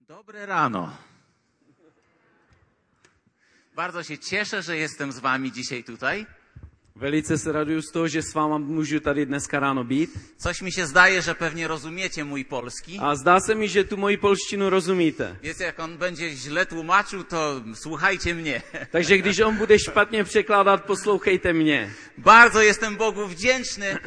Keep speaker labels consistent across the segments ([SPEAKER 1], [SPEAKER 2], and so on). [SPEAKER 1] Dobre rano. Bardzo się cieszę, że jestem z Wami dzisiaj tutaj.
[SPEAKER 2] Velice se raduju z toho, že s váma můžu tady dneska ráno být.
[SPEAKER 1] Coś mi się zdaje, że pewnie rozumiecie mój polski,
[SPEAKER 2] A zdá se mi, že tu moji polštinu rozumíte.
[SPEAKER 1] więc jak on będzie źle tłumaczył, to słuchajcie mnie.
[SPEAKER 2] Takže když on bude špatně překládat, poslouchejte mě.
[SPEAKER 1] Bardzo jestem Bogu wdzięczny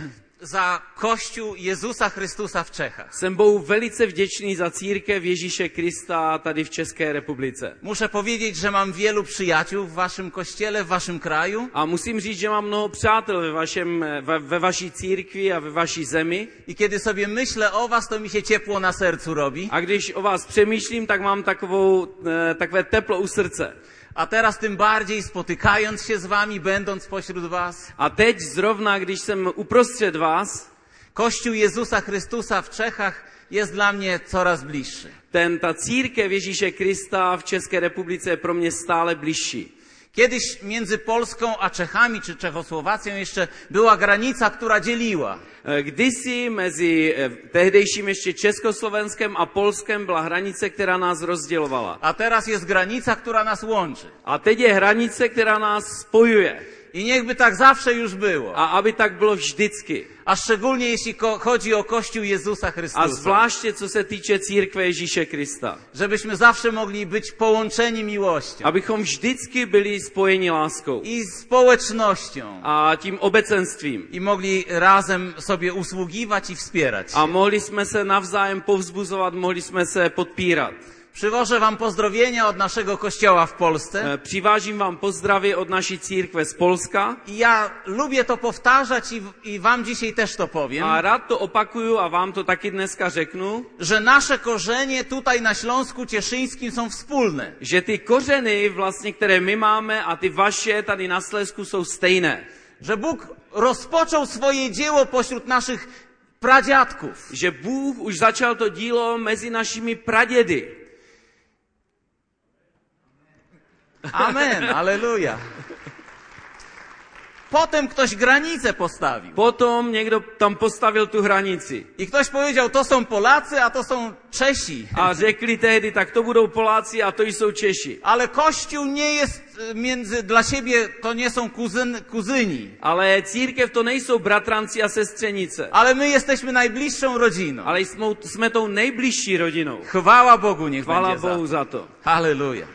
[SPEAKER 1] za Kościół Jezusa Chrystusa w Czechach.
[SPEAKER 2] Jsem Bohu velice vděčný za církev Ježíše Krista tady v České republice.
[SPEAKER 1] Muszę powiedzieć, że mam wielu przyjaciół w Waszym kościele, w Waszym kraju
[SPEAKER 2] A musím říct, že mám mnoho přátel ve, vašem, eh, ve, ve vaší církvi a ve vaší zemi.
[SPEAKER 1] i kiedy sobie myślę o Was, to mi się ciepło na sercu robi.
[SPEAKER 2] A když o vás přemýšlím, tak mám takovou, eh, takové teplo u srdce.
[SPEAKER 1] A teraz tym bardziej spotykając się z Wami, będąc pośród Was,
[SPEAKER 2] A teď zrovna, když jsem uprostřed vás,
[SPEAKER 1] Kościół Jezusa Chrystusa w Czechach jest dla mnie coraz bliższy.
[SPEAKER 2] Ten, ta církev Ježíše Krista v České republice je pro mě stále bližší.
[SPEAKER 1] Kiedyś między Polską a Czechami czy Czechosłowacją jeszcze była granica, która dzieliła.
[SPEAKER 2] Eh, Kdysi mezi eh, tehdejším ještě Československem a Polskem byla hranice, která nás rozdělovala.
[SPEAKER 1] A teraz jest granica, która nas łączy.
[SPEAKER 2] A teď je hranice, která nás spojuje.
[SPEAKER 1] I niechby tak zawsze już było.
[SPEAKER 2] A aby tak bylo vždycky.
[SPEAKER 1] A szczególnie jeśli ko- chodzi o Kościół Jezusa
[SPEAKER 2] A
[SPEAKER 1] Chrystusa.
[SPEAKER 2] zvláště co se týče církve Ježíše Krista.
[SPEAKER 1] Żebyśmy zawsze mogli być połączeni miłością
[SPEAKER 2] Abychom vždycky byli spojeni láskou
[SPEAKER 1] i społecznością.
[SPEAKER 2] a tím obecenstvím.
[SPEAKER 1] I mogli razem sobie usługiwać i wspierać.
[SPEAKER 2] A mohli jsme se navzájem povzbuzovat, mohli jsme se podpírat.
[SPEAKER 1] Przywożę Wam pozdrowienia od naszego kościoła w Polsce.
[SPEAKER 2] E, Přivážím vám pozdravy od naší církve z Polska
[SPEAKER 1] I ja lubię to powtarzać i, i Wam dzisiaj też to powiem,
[SPEAKER 2] a rád to opakuju a vám to taky dneska řeknu,
[SPEAKER 1] że nasze korzenie tutaj na Śląsku Cieszyńskim są wspólne.
[SPEAKER 2] že ty kořeny vlastně, které my máme a ty vaše tady na Slezsku jsou stejné.
[SPEAKER 1] Że Bóg rozpoczął swoje dzieło pośród naszych pradziadków.
[SPEAKER 2] Že Bůh už začal to dílo mezi našimi pradědy.
[SPEAKER 1] Amen, aleluja. Potem ktoś granicę postawił.
[SPEAKER 2] Potom někdo tam postavil tu hranici
[SPEAKER 1] I ktoś powiedział, to są Polacy, a to są Czesi.
[SPEAKER 2] a řekli tehdy, tak to budou Poláci a to jsou Češi.
[SPEAKER 1] Ale Kościół nie jest y, między, dla siebie, to nie są kuzyn, kuzyni.
[SPEAKER 2] Ale církev to nejsou bratranci a sestřenice,
[SPEAKER 1] Ale my jesteśmy najbliższą rodziną.
[SPEAKER 2] ale jsme, jsme tou nejbližší rodinou.
[SPEAKER 1] Chwała Bogu, niech
[SPEAKER 2] Chvála
[SPEAKER 1] będzie za to.
[SPEAKER 2] Bohu za to.
[SPEAKER 1] Halleluja.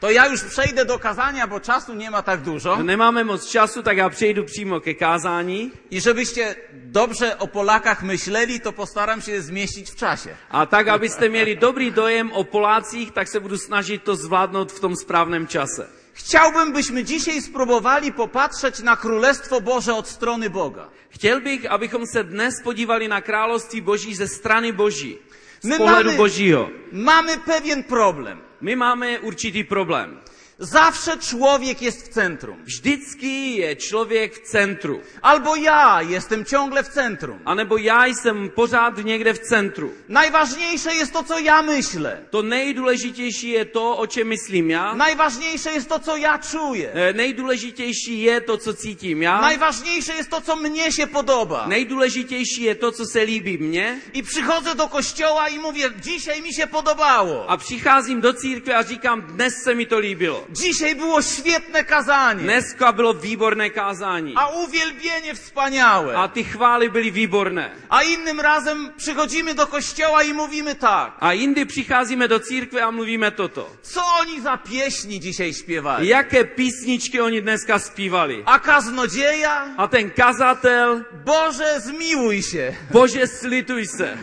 [SPEAKER 1] To ja już przejdę do kazania, bo czasu nie ma tak dużo.
[SPEAKER 2] Nemáme moc času, tak já přejdu přímo ke kázání.
[SPEAKER 1] I żebyście dobrze o Polakach myśleli, to postaram się zmieścić w czasie.
[SPEAKER 2] A tak, abyste měli dobrý dojem o Polácích, tak se budu snažit to zvládnout v tom správném čase.
[SPEAKER 1] Chciałbym, byśmy dzisiaj spróbowali popatrzeć na Królestwo Boże od strony Boga.
[SPEAKER 2] Chtěl bych, abychom se dnes podívali na království Boží ze strany Boží,
[SPEAKER 1] My
[SPEAKER 2] z pohledu
[SPEAKER 1] máme-
[SPEAKER 2] Božího.
[SPEAKER 1] Mamy pewien problem.
[SPEAKER 2] My máme určitý problém.
[SPEAKER 1] Zawsze człowiek jest w centrum.
[SPEAKER 2] Vždycky je člověk v centru.
[SPEAKER 1] Albo ja jestem ciągle w centrum.
[SPEAKER 2] A nebo já jsem pořád někde v centru.
[SPEAKER 1] Najważniejsze jest to, co ja myślę.
[SPEAKER 2] To nejdůležitější je to, o čem myslím já.
[SPEAKER 1] Najważniejsze jest to, co ja czuję.
[SPEAKER 2] Eh, Nejdůležitější je to, co cítím já.
[SPEAKER 1] Najważniejsze jest to, co mnie się podoba.
[SPEAKER 2] Nejdůležitější je to, co se líbí mně.
[SPEAKER 1] I przychodzę do kościoła i mówię, dzisiaj mi się podobało.
[SPEAKER 2] A přicházím do církve a říkám, dnes se mi to líbilo.
[SPEAKER 1] Dzisiaj było świetne kazanie.
[SPEAKER 2] Dneska bylo výborné kázání.
[SPEAKER 1] A uwielbienie wspaniałe.
[SPEAKER 2] A ty chvály byly výborné.
[SPEAKER 1] A innym razem przychodzimy do kościoła i mówimy tak.
[SPEAKER 2] A jindy přicházíme do církve a mluvíme toto.
[SPEAKER 1] Co oni za pieśni dzisiaj śpiewali?
[SPEAKER 2] Jaké písničky oni dneska zpívali?
[SPEAKER 1] A kaznodzieja?
[SPEAKER 2] A ten kazatel,
[SPEAKER 1] Boże, zmiłuj się.
[SPEAKER 2] bože slituj se.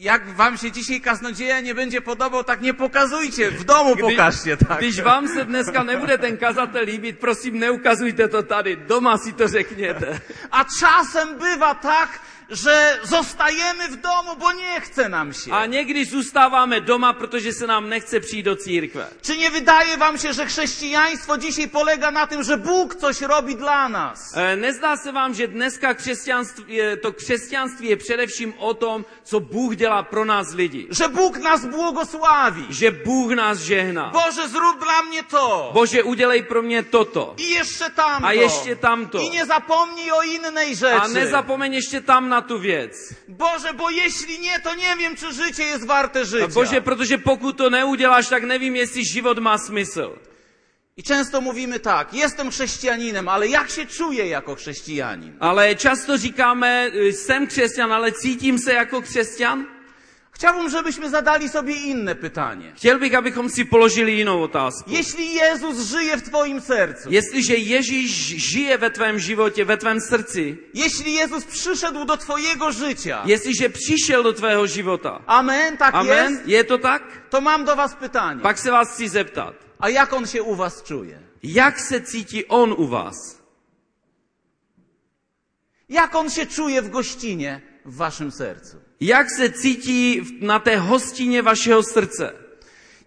[SPEAKER 1] Jak wam się dzisiaj kaznodzieja nie będzie podobał, tak nie pokazujcie. W domu pokażcie, tak.
[SPEAKER 2] Když vám se dneska nebude ten kazatel líbit, prosím neukazujte to tady, doma si to řekněte.
[SPEAKER 1] A czasem bywa tak, że zostajemy w domu, bo nie chce nam się.
[SPEAKER 2] A někdy zůstáváme doma, protože se nám nechce přijít do církve.
[SPEAKER 1] Czy nie wydaje wam się, że chrześcijaństwo dzisiaj polega na tym, że Bóg coś robi dla nas?
[SPEAKER 2] E, Nezdá se vám, že dneska křesťanství, je- to křesťanství je především o tom, co Bůh dělá dělá pro nás lidi.
[SPEAKER 1] że Bóg nas błogosławi.
[SPEAKER 2] Že Bůh nás žehná.
[SPEAKER 1] Boże, zrób dla mnie to.
[SPEAKER 2] Bože, udělej pro mě toto.
[SPEAKER 1] I jeszcze tamto.
[SPEAKER 2] A jeszcze tamto.
[SPEAKER 1] I nie zapomnij o innej rzeczy.
[SPEAKER 2] A nezapomeň ještě tam na tu věc.
[SPEAKER 1] Boże, bo jeśli nie, to nie wiem, czy życie jest warte
[SPEAKER 2] A
[SPEAKER 1] życia.
[SPEAKER 2] Bože, protože pokud to neuděláš, tak nevím, jestli život má smysl.
[SPEAKER 1] I często mówimy tak, jestem chrześcijaninem, ale jak się czuję jako chrześcijanin?
[SPEAKER 2] Ale často říkáme, eh, jsem křesťan, ale cítím se jako křesťan?
[SPEAKER 1] Chciałbym, żebyśmy zadali sobie inne pytanie.
[SPEAKER 2] Chtěl bych, abychom si položili jinou otázku.
[SPEAKER 1] Jeśli Jezus żyje w Twoim sercu,
[SPEAKER 2] Jestliže Ježíš žije ve tvém životě, ve tvém srdci,
[SPEAKER 1] jeśli Jezus przyszedł do Twojego życia,
[SPEAKER 2] jestliže přišel do tvého života,
[SPEAKER 1] amen, tak
[SPEAKER 2] amen,
[SPEAKER 1] jest,
[SPEAKER 2] je to tak?
[SPEAKER 1] to mam do Was pytanie.
[SPEAKER 2] Pak se vás chci zeptat,
[SPEAKER 1] A jak On się u Was czuje?
[SPEAKER 2] jak se cítí on u vás?
[SPEAKER 1] Jak On się czuje w gościnie w Waszym sercu?
[SPEAKER 2] Jak se cítí v- na té hostině vašeho srdce?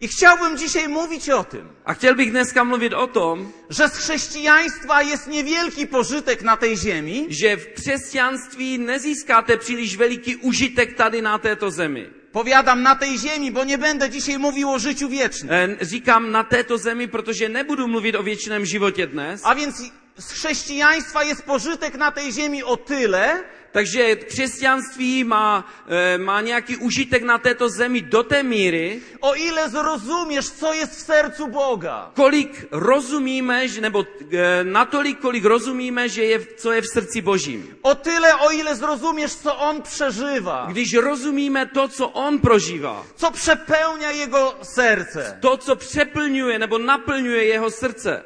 [SPEAKER 1] I chciałbym dzisiaj mówić o tym,
[SPEAKER 2] A chtěl bych dneska mluvit o tom,
[SPEAKER 1] że z chrześcijaństwa jest niewielki pożytek na tej ziemi,
[SPEAKER 2] že v křesťanství nezískáte příliš veliký užitek tady na této zemi.
[SPEAKER 1] Powiadam na tej ziemi, bo nie będę dzisiaj mówił o życiu wiecznym.
[SPEAKER 2] E, Říkám na této zemi, protože nebudu mluvit o věčném životě dnes.
[SPEAKER 1] A więc z chrześcijaństwa jest pożytek na tej ziemi o tyle,
[SPEAKER 2] Takže křesťanství má, e, má nějaký užitek na této zemi do té míry,
[SPEAKER 1] o ile zrozumiesz, co jest w sercu Boga.
[SPEAKER 2] kolik rozumíme, že- nebo e, natolik, kolik rozumíme, že je, co je v srdci Božím.
[SPEAKER 1] O tyle, o ile zrozumiesz, co On przeżywa,
[SPEAKER 2] Když rozumíme to, co on prožívá,
[SPEAKER 1] co przepełnia Jego serce.
[SPEAKER 2] to, co přeplňuje nebo naplňuje jeho srdce.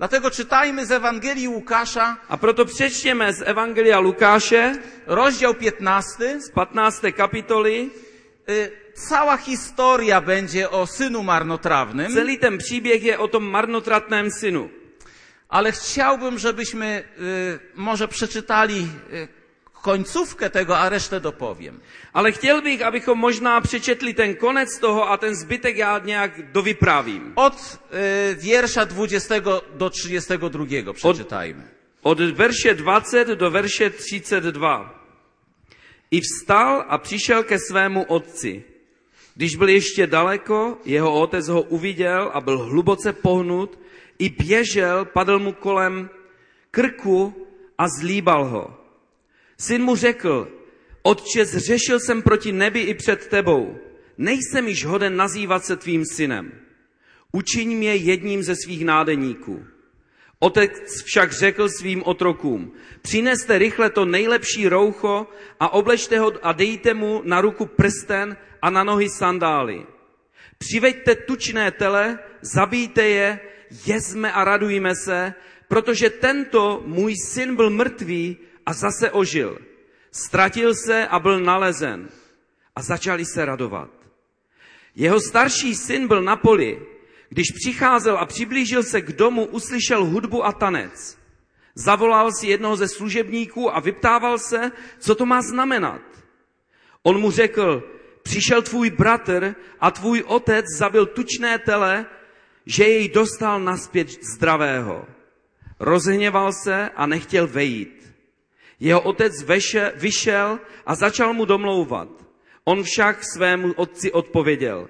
[SPEAKER 1] Dlatego czytajmy z Ewangelii Łukasza,
[SPEAKER 2] A proto přečtěme z Evangelia Lukáše
[SPEAKER 1] rozdział 15.
[SPEAKER 2] z 15. kapitoly.
[SPEAKER 1] Y, Cała historia będzie o synu marnotrawnym,
[SPEAKER 2] Celý ten příběh je o tom marnotratném synu.
[SPEAKER 1] ale chciałbym, żebyśmy y, może przeczytali y, końcówkę tego, a resztę dopowiem.
[SPEAKER 2] Ale chtěl bych, abychom možná přečetli ten konec toho a ten zbytek já nějak dovyprávím.
[SPEAKER 1] Od y, wiersza 20 do 32 przeczytajmy.
[SPEAKER 2] Od verše 20 do verše 32. I vstal a přišel ke svému otci. Když byl ještě daleko, jeho otec ho uviděl a byl hluboce pohnut, i běžel, padl mu kolem krku a zlíbal ho. Syn mu řekl, otče, zřešil jsem proti nebi i před tebou. Nejsem již hoden nazývat se tvým synem. Učiň mě jedním ze svých nádeníků. Otec však řekl svým otrokům, přineste rychle to nejlepší roucho a obležte ho a dejte mu na ruku prsten a na nohy sandály. Přiveďte tučné tele, zabijte je, jezme a radujme se, protože tento můj syn byl mrtvý a zase ožil. Ztratil se a byl nalezen. A začali se radovat. Jeho starší syn byl na poli. Když přicházel a přiblížil se k domu, uslyšel hudbu a tanec. Zavolal si jednoho ze služebníků a vyptával se, co to má znamenat. On mu řekl, přišel tvůj bratr a tvůj otec zabil tučné tele, že jej dostal naspět zdravého. Rozhněval se a nechtěl vejít. Jeho otec veše, vyšel a začal mu domlouvat. On však svému otci odpověděl.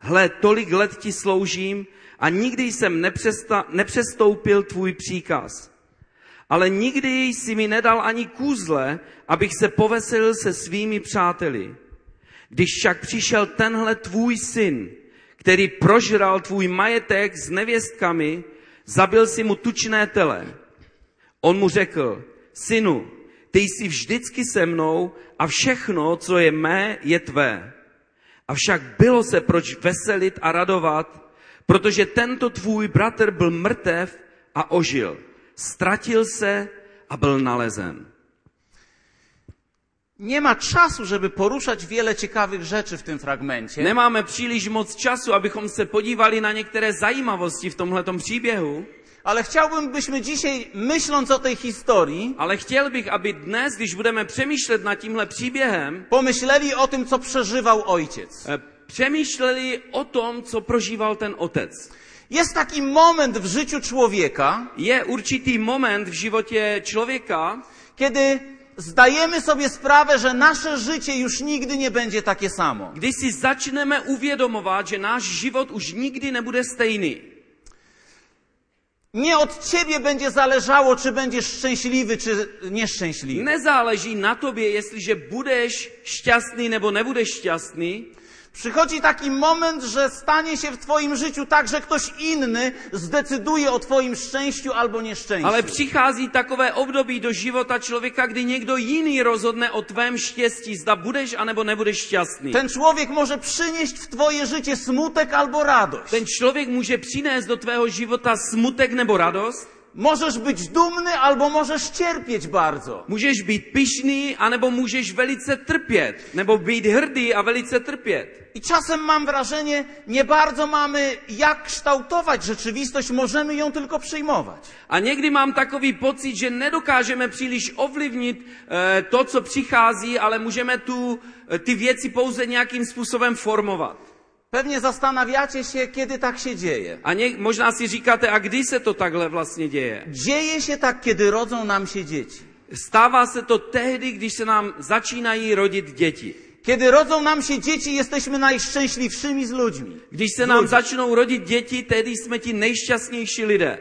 [SPEAKER 2] Hle, tolik let ti sloužím a nikdy jsem nepřesta, nepřestoupil tvůj příkaz. Ale nikdy jsi mi nedal ani kůzle, abych se poveselil se svými přáteli. Když však přišel tenhle tvůj syn, který prožral tvůj majetek s nevěstkami, zabil si mu tučné tele. On mu řekl, synu, ty jsi vždycky se mnou a všechno, co je mé, je tvé. Avšak bylo se proč veselit a radovat, protože tento tvůj bratr byl mrtev a ožil. Ztratil se a byl nalezen.
[SPEAKER 1] Nie ma czasu, żeby poruszać wiele ciekawych rzeczy w tym fragmencie,
[SPEAKER 2] Nemáme příliš moc času, abychom se podívali na některé zajímavosti v tomhletom příběhu,
[SPEAKER 1] ale chciałbym, byśmy dzisiaj, myśląc o tej historii,
[SPEAKER 2] ale chtěl bych, aby dnes, když budeme přemýšlet nad tímhle příběhem,
[SPEAKER 1] pomyśleli o tym, co przeżywał ojciec.
[SPEAKER 2] eh, přemýšleli o tom, co prožíval ten otec.
[SPEAKER 1] Jest taki moment w życiu człowieka,
[SPEAKER 2] Je určitý moment v životě člověka,
[SPEAKER 1] kiedy zdajemy sobie sprawę, że nasze życie już nigdy nie będzie takie samo.
[SPEAKER 2] Když si začneme uvědomovat, že náš život už nikdy nebude stejný,
[SPEAKER 1] Nie od ciebie będzie zależało, czy będziesz szczęśliwy, czy nieszczęśliwy.
[SPEAKER 2] nezáleží na tobě, jestliže budeš šťastný nebo nebudeš šťastný,
[SPEAKER 1] Przychodzi taki moment, że stanie się w twoim życiu tak, że ktoś inny zdecyduje o twoim szczęściu albo nieszczęściu.
[SPEAKER 2] ale přichází takové období do života člověka, kdy někdo jiný rozhodne o tvém štěstí, zda budeš anebo nebudeš šťastný.
[SPEAKER 1] Ten człowiek może przynieść w twoje życie smutek albo radość.
[SPEAKER 2] Ten člověk může přinést do tvého života smutek nebo radost,
[SPEAKER 1] Możesz być dumny albo możesz cierpieć bardzo.
[SPEAKER 2] můžeš být pišný, anebo můžeš velice trpět, nebo být hrdý a velice trpět.
[SPEAKER 1] I czasem mam wrażenie, nie bardzo mamy jak kształtować rzeczywistość, możemy ją tylko przyjmować.
[SPEAKER 2] A někdy mám takový pocit, že nedokážeme příliš ovlivnit eh, to, co přichází, ale můžeme tu, eh, ty věci pouze nějakým způsobem formovat.
[SPEAKER 1] Pewnie zastanawiacie się, kiedy tak się dzieje.
[SPEAKER 2] A něk, možná si říkáte, a kdy se to takhle vlastně děje?
[SPEAKER 1] Dzieje się tak, kiedy rodzą nam się dzieci.
[SPEAKER 2] Stává se to tehdy, když se nám začínají rodit děti.
[SPEAKER 1] Kiedy rodzą nam się dzieci, jesteśmy najszczęśliwszymi z ludźmi.
[SPEAKER 2] Když se nám začnou rodit děti, tehdy jsme ti nejšťastnější lidé.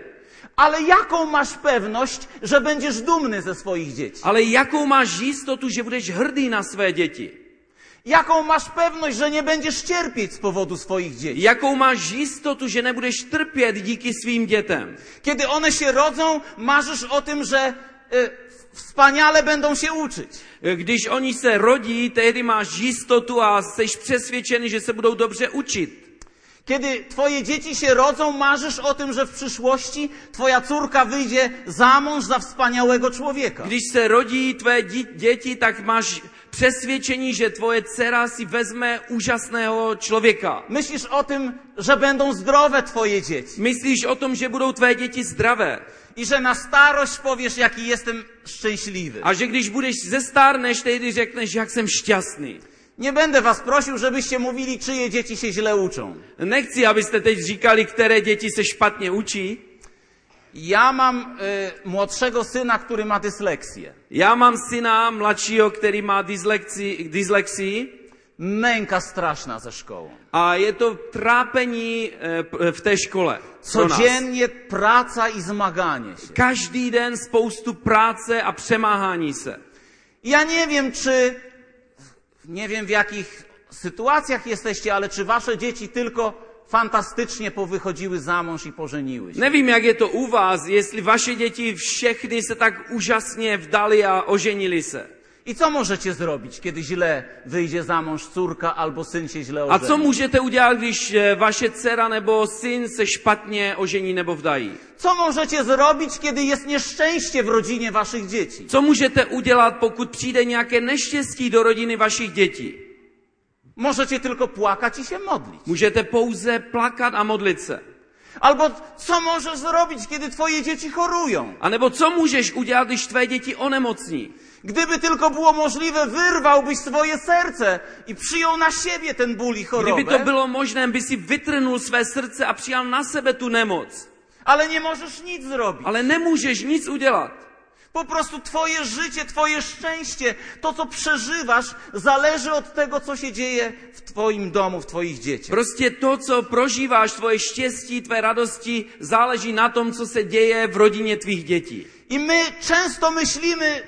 [SPEAKER 1] Ale jaką masz pewność, że będziesz dumny ze swoich dzieci?
[SPEAKER 2] Ale jakou máš jistotu, že budeš hrdý na své děti?
[SPEAKER 1] Jaką masz pewność, że nie będziesz cierpieć z powodu swoich dzieci?
[SPEAKER 2] Jakou máš jistotu, že nebudeš trpět díky svým dětem?
[SPEAKER 1] Kiedy one się rodzą, marzysz o tym, że y, wspaniale będą się uczyć.
[SPEAKER 2] Když oni se rodí, tehdy máš jistotu a jsi přesvědčený, že se budou dobře učit.
[SPEAKER 1] Kiedy twoje dzieci się rodzą, marzysz o tym, że w przyszłości twoja córka wyjdzie za mąż za wspaniałego człowieka.
[SPEAKER 2] Když se rodí tvé dí- děti, tak máš přesvědčení, že tvoje dcera si vezme úžasného člověka.
[SPEAKER 1] Myślisz o tym, że będą zdrowe twoje dzieci
[SPEAKER 2] Myslíš o tom, že budou tvé děti zdravé
[SPEAKER 1] i że na starość powiesz, jaki jestem szczęśliwy.
[SPEAKER 2] a že když budeš zestárneš, tehdy řekneš, jak jsem šťastný.
[SPEAKER 1] Nie będę was prosił, żebyście mówili, czyje dzieci się źle uczą.
[SPEAKER 2] Nechci, abyste teď říkali, které děti se špatně učí.
[SPEAKER 1] Ja mam y, młodszego syna, który ma dysleksję.
[SPEAKER 2] Já mám syna mladšího, který má dyslexii, dyslexii
[SPEAKER 1] Męka straszna ze szkołą.
[SPEAKER 2] a je to trápení eh, p- v té škole. pro nás.
[SPEAKER 1] Codziennie praca i zmaganie się.
[SPEAKER 2] Každý den spoustu práce a přemáhání se.
[SPEAKER 1] Ja nie wiem, czy nie wiem w jakich sytuacjach jesteście, ale czy wasze dzieci tylko fantastycznie powychodziły za mąż i pożeniły się.
[SPEAKER 2] Nevím, jak je to u vás, jestli vaše děti všechny se tak úžasně vdali a oženili se.
[SPEAKER 1] I co możecie zrobić, kiedy źle wyjdzie za mąż córka albo syn się źle
[SPEAKER 2] A co
[SPEAKER 1] ożeni?
[SPEAKER 2] můžete udělat, když eh, vaše dcera nebo syn se špatně ožení nebo vdají?
[SPEAKER 1] Co możecie zrobić, kiedy jest nieszczęście w rodzinie waszych dzieci?
[SPEAKER 2] Co můžete udělat, pokud přijde nějaké neštěstí do rodiny vašich dětí?
[SPEAKER 1] Możecie tylko płakać i się modlić.
[SPEAKER 2] Můžete pouze plakat a modlit se.
[SPEAKER 1] Albo co możesz zrobić, kiedy twoje dzieci chorują?
[SPEAKER 2] A nebo co můžeš udělat, když tvé děti onemocní?
[SPEAKER 1] Gdyby tylko było możliwe, wyrwałbyś swoje serce i przyjął na siebie ten ból i
[SPEAKER 2] Kdyby to
[SPEAKER 1] chorobę.
[SPEAKER 2] bylo možné, by si vytrhnul své srdce a přijal na sebe tu nemoc.
[SPEAKER 1] Ale nie możesz nic zrobić.
[SPEAKER 2] Ale nemůžeš nic udělat.
[SPEAKER 1] Po prostu twoje życie, twoje szczęście, to co przeżywasz, zależy od tego, co się dzieje w twoim domu, w twoich dzieciach.
[SPEAKER 2] Prostě to, co prožíváš, tvoje štěstí, tvé radosti, záleží na tom, co se děje v rodině tvých dětí.
[SPEAKER 1] I my często myślimy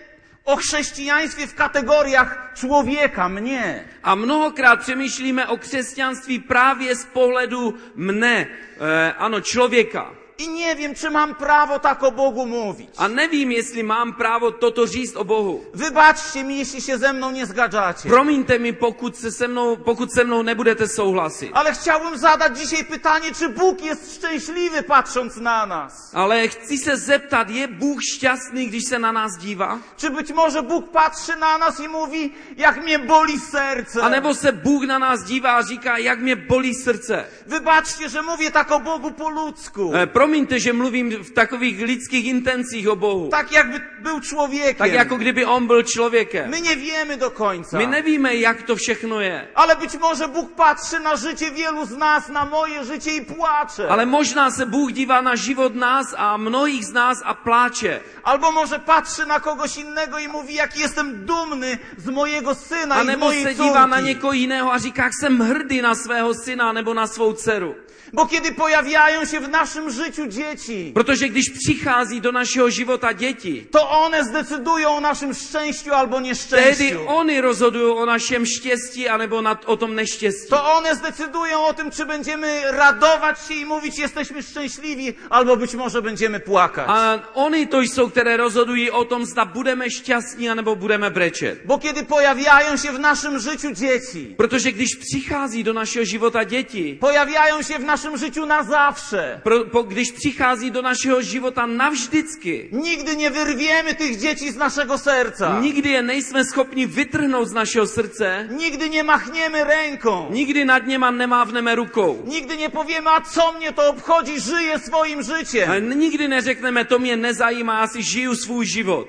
[SPEAKER 1] o chrześcijaństwie w kategoriach człowieka, mnie.
[SPEAKER 2] A mnohokrát přemýšlíme o křesťanství právě z pohledu mne, eh, ano, člověka.
[SPEAKER 1] I nie wiem, czy mam prawo tak o Bogu mówić.
[SPEAKER 2] A nevím, jestli mám právo toto říct o Bohu.
[SPEAKER 1] Wybaczcie mi, jeśli się ze mną nie zgadzacie.
[SPEAKER 2] Promiňte mi, pokud se se mnou, pokud se mnou nebudete souhlasit.
[SPEAKER 1] Ale chciałbym zadać dzisiaj pytanie, czy Bóg jest szczęśliwy patrząc na nas?
[SPEAKER 2] Ale chci se zeptat, je Bůh šťastný, když se na nás dívá?
[SPEAKER 1] Czy być może Bóg patrzy na nas i mówi, jak mnie boli
[SPEAKER 2] A
[SPEAKER 1] serce?
[SPEAKER 2] nebo se Bůh na nás dívá a říká, jak mě bolí srdce.
[SPEAKER 1] Wybaczcie, że mówię tak o Bogu po ludzku.
[SPEAKER 2] Eh, promiňte, že mluvím v takových lidských intencích o Bohu. Tak,
[SPEAKER 1] Tak jakby był człowiekiem.
[SPEAKER 2] jako kdyby on byl člověkem.
[SPEAKER 1] My nie wiemy do końca.
[SPEAKER 2] Tak My nevíme, jak to všechno je.
[SPEAKER 1] Ale być może Bóg patrzy na życie wielu z nas, na moje życie i płacze.
[SPEAKER 2] Ale možná se Bůh dívá na život nás a mnohých z nás a pláče.
[SPEAKER 1] Albo może patrzy na kogoś innego i mówi, jak jestem dumny z mojego syna
[SPEAKER 2] A
[SPEAKER 1] i z
[SPEAKER 2] nebo se
[SPEAKER 1] mojej
[SPEAKER 2] dívá na
[SPEAKER 1] córki.
[SPEAKER 2] někoho jiného a říká, jak jsem hrdý na svého syna nebo na svou dceru.
[SPEAKER 1] Bo kiedy pojawiają się w naszym życiu dzieci,
[SPEAKER 2] Protože když přichází do našeho života děti,
[SPEAKER 1] to one zdecydują o naszym szczęściu albo
[SPEAKER 2] tehdy
[SPEAKER 1] nieszczęściu.
[SPEAKER 2] oni rozhodují o našem štěstí anebo nad, o tom neštěstí.
[SPEAKER 1] To one zdecydują o tym, czy będziemy radować się i mówić, jesteśmy szczęśliwi, albo być może będziemy płakać.
[SPEAKER 2] A oni to jsou, které rozhodují o tom, zda budeme šťastní anebo budeme brečet.
[SPEAKER 1] Bo kiedy pojawiają się w naszym życiu dzieci,
[SPEAKER 2] Protože když přichází do našeho života děti,
[SPEAKER 1] pojawiają się w naszym życiu na zawsze.
[SPEAKER 2] pro, po, když přichází do našeho života navždycky,
[SPEAKER 1] Nigdy nie wyrwiemy tych dzieci z naszego serca.
[SPEAKER 2] nikdy je nejsme schopni vytrhnout z našeho srdce,
[SPEAKER 1] Nigdy nie machniemy ręką.
[SPEAKER 2] nikdy nad něma nemávneme rukou.
[SPEAKER 1] Nigdy nie powiemy, a co mnie to obchodzi, żyję swoim
[SPEAKER 2] A
[SPEAKER 1] życiem.
[SPEAKER 2] E, nikdy neřekneme, to mě nezajímá, já si žiju svůj život.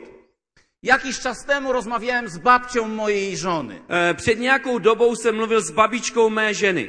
[SPEAKER 1] Jakiś czas temu rozmawiałem z babcią mojej żony.
[SPEAKER 2] Eh, Před nějakou dobou jsem mluvil s babičkou mé ženy.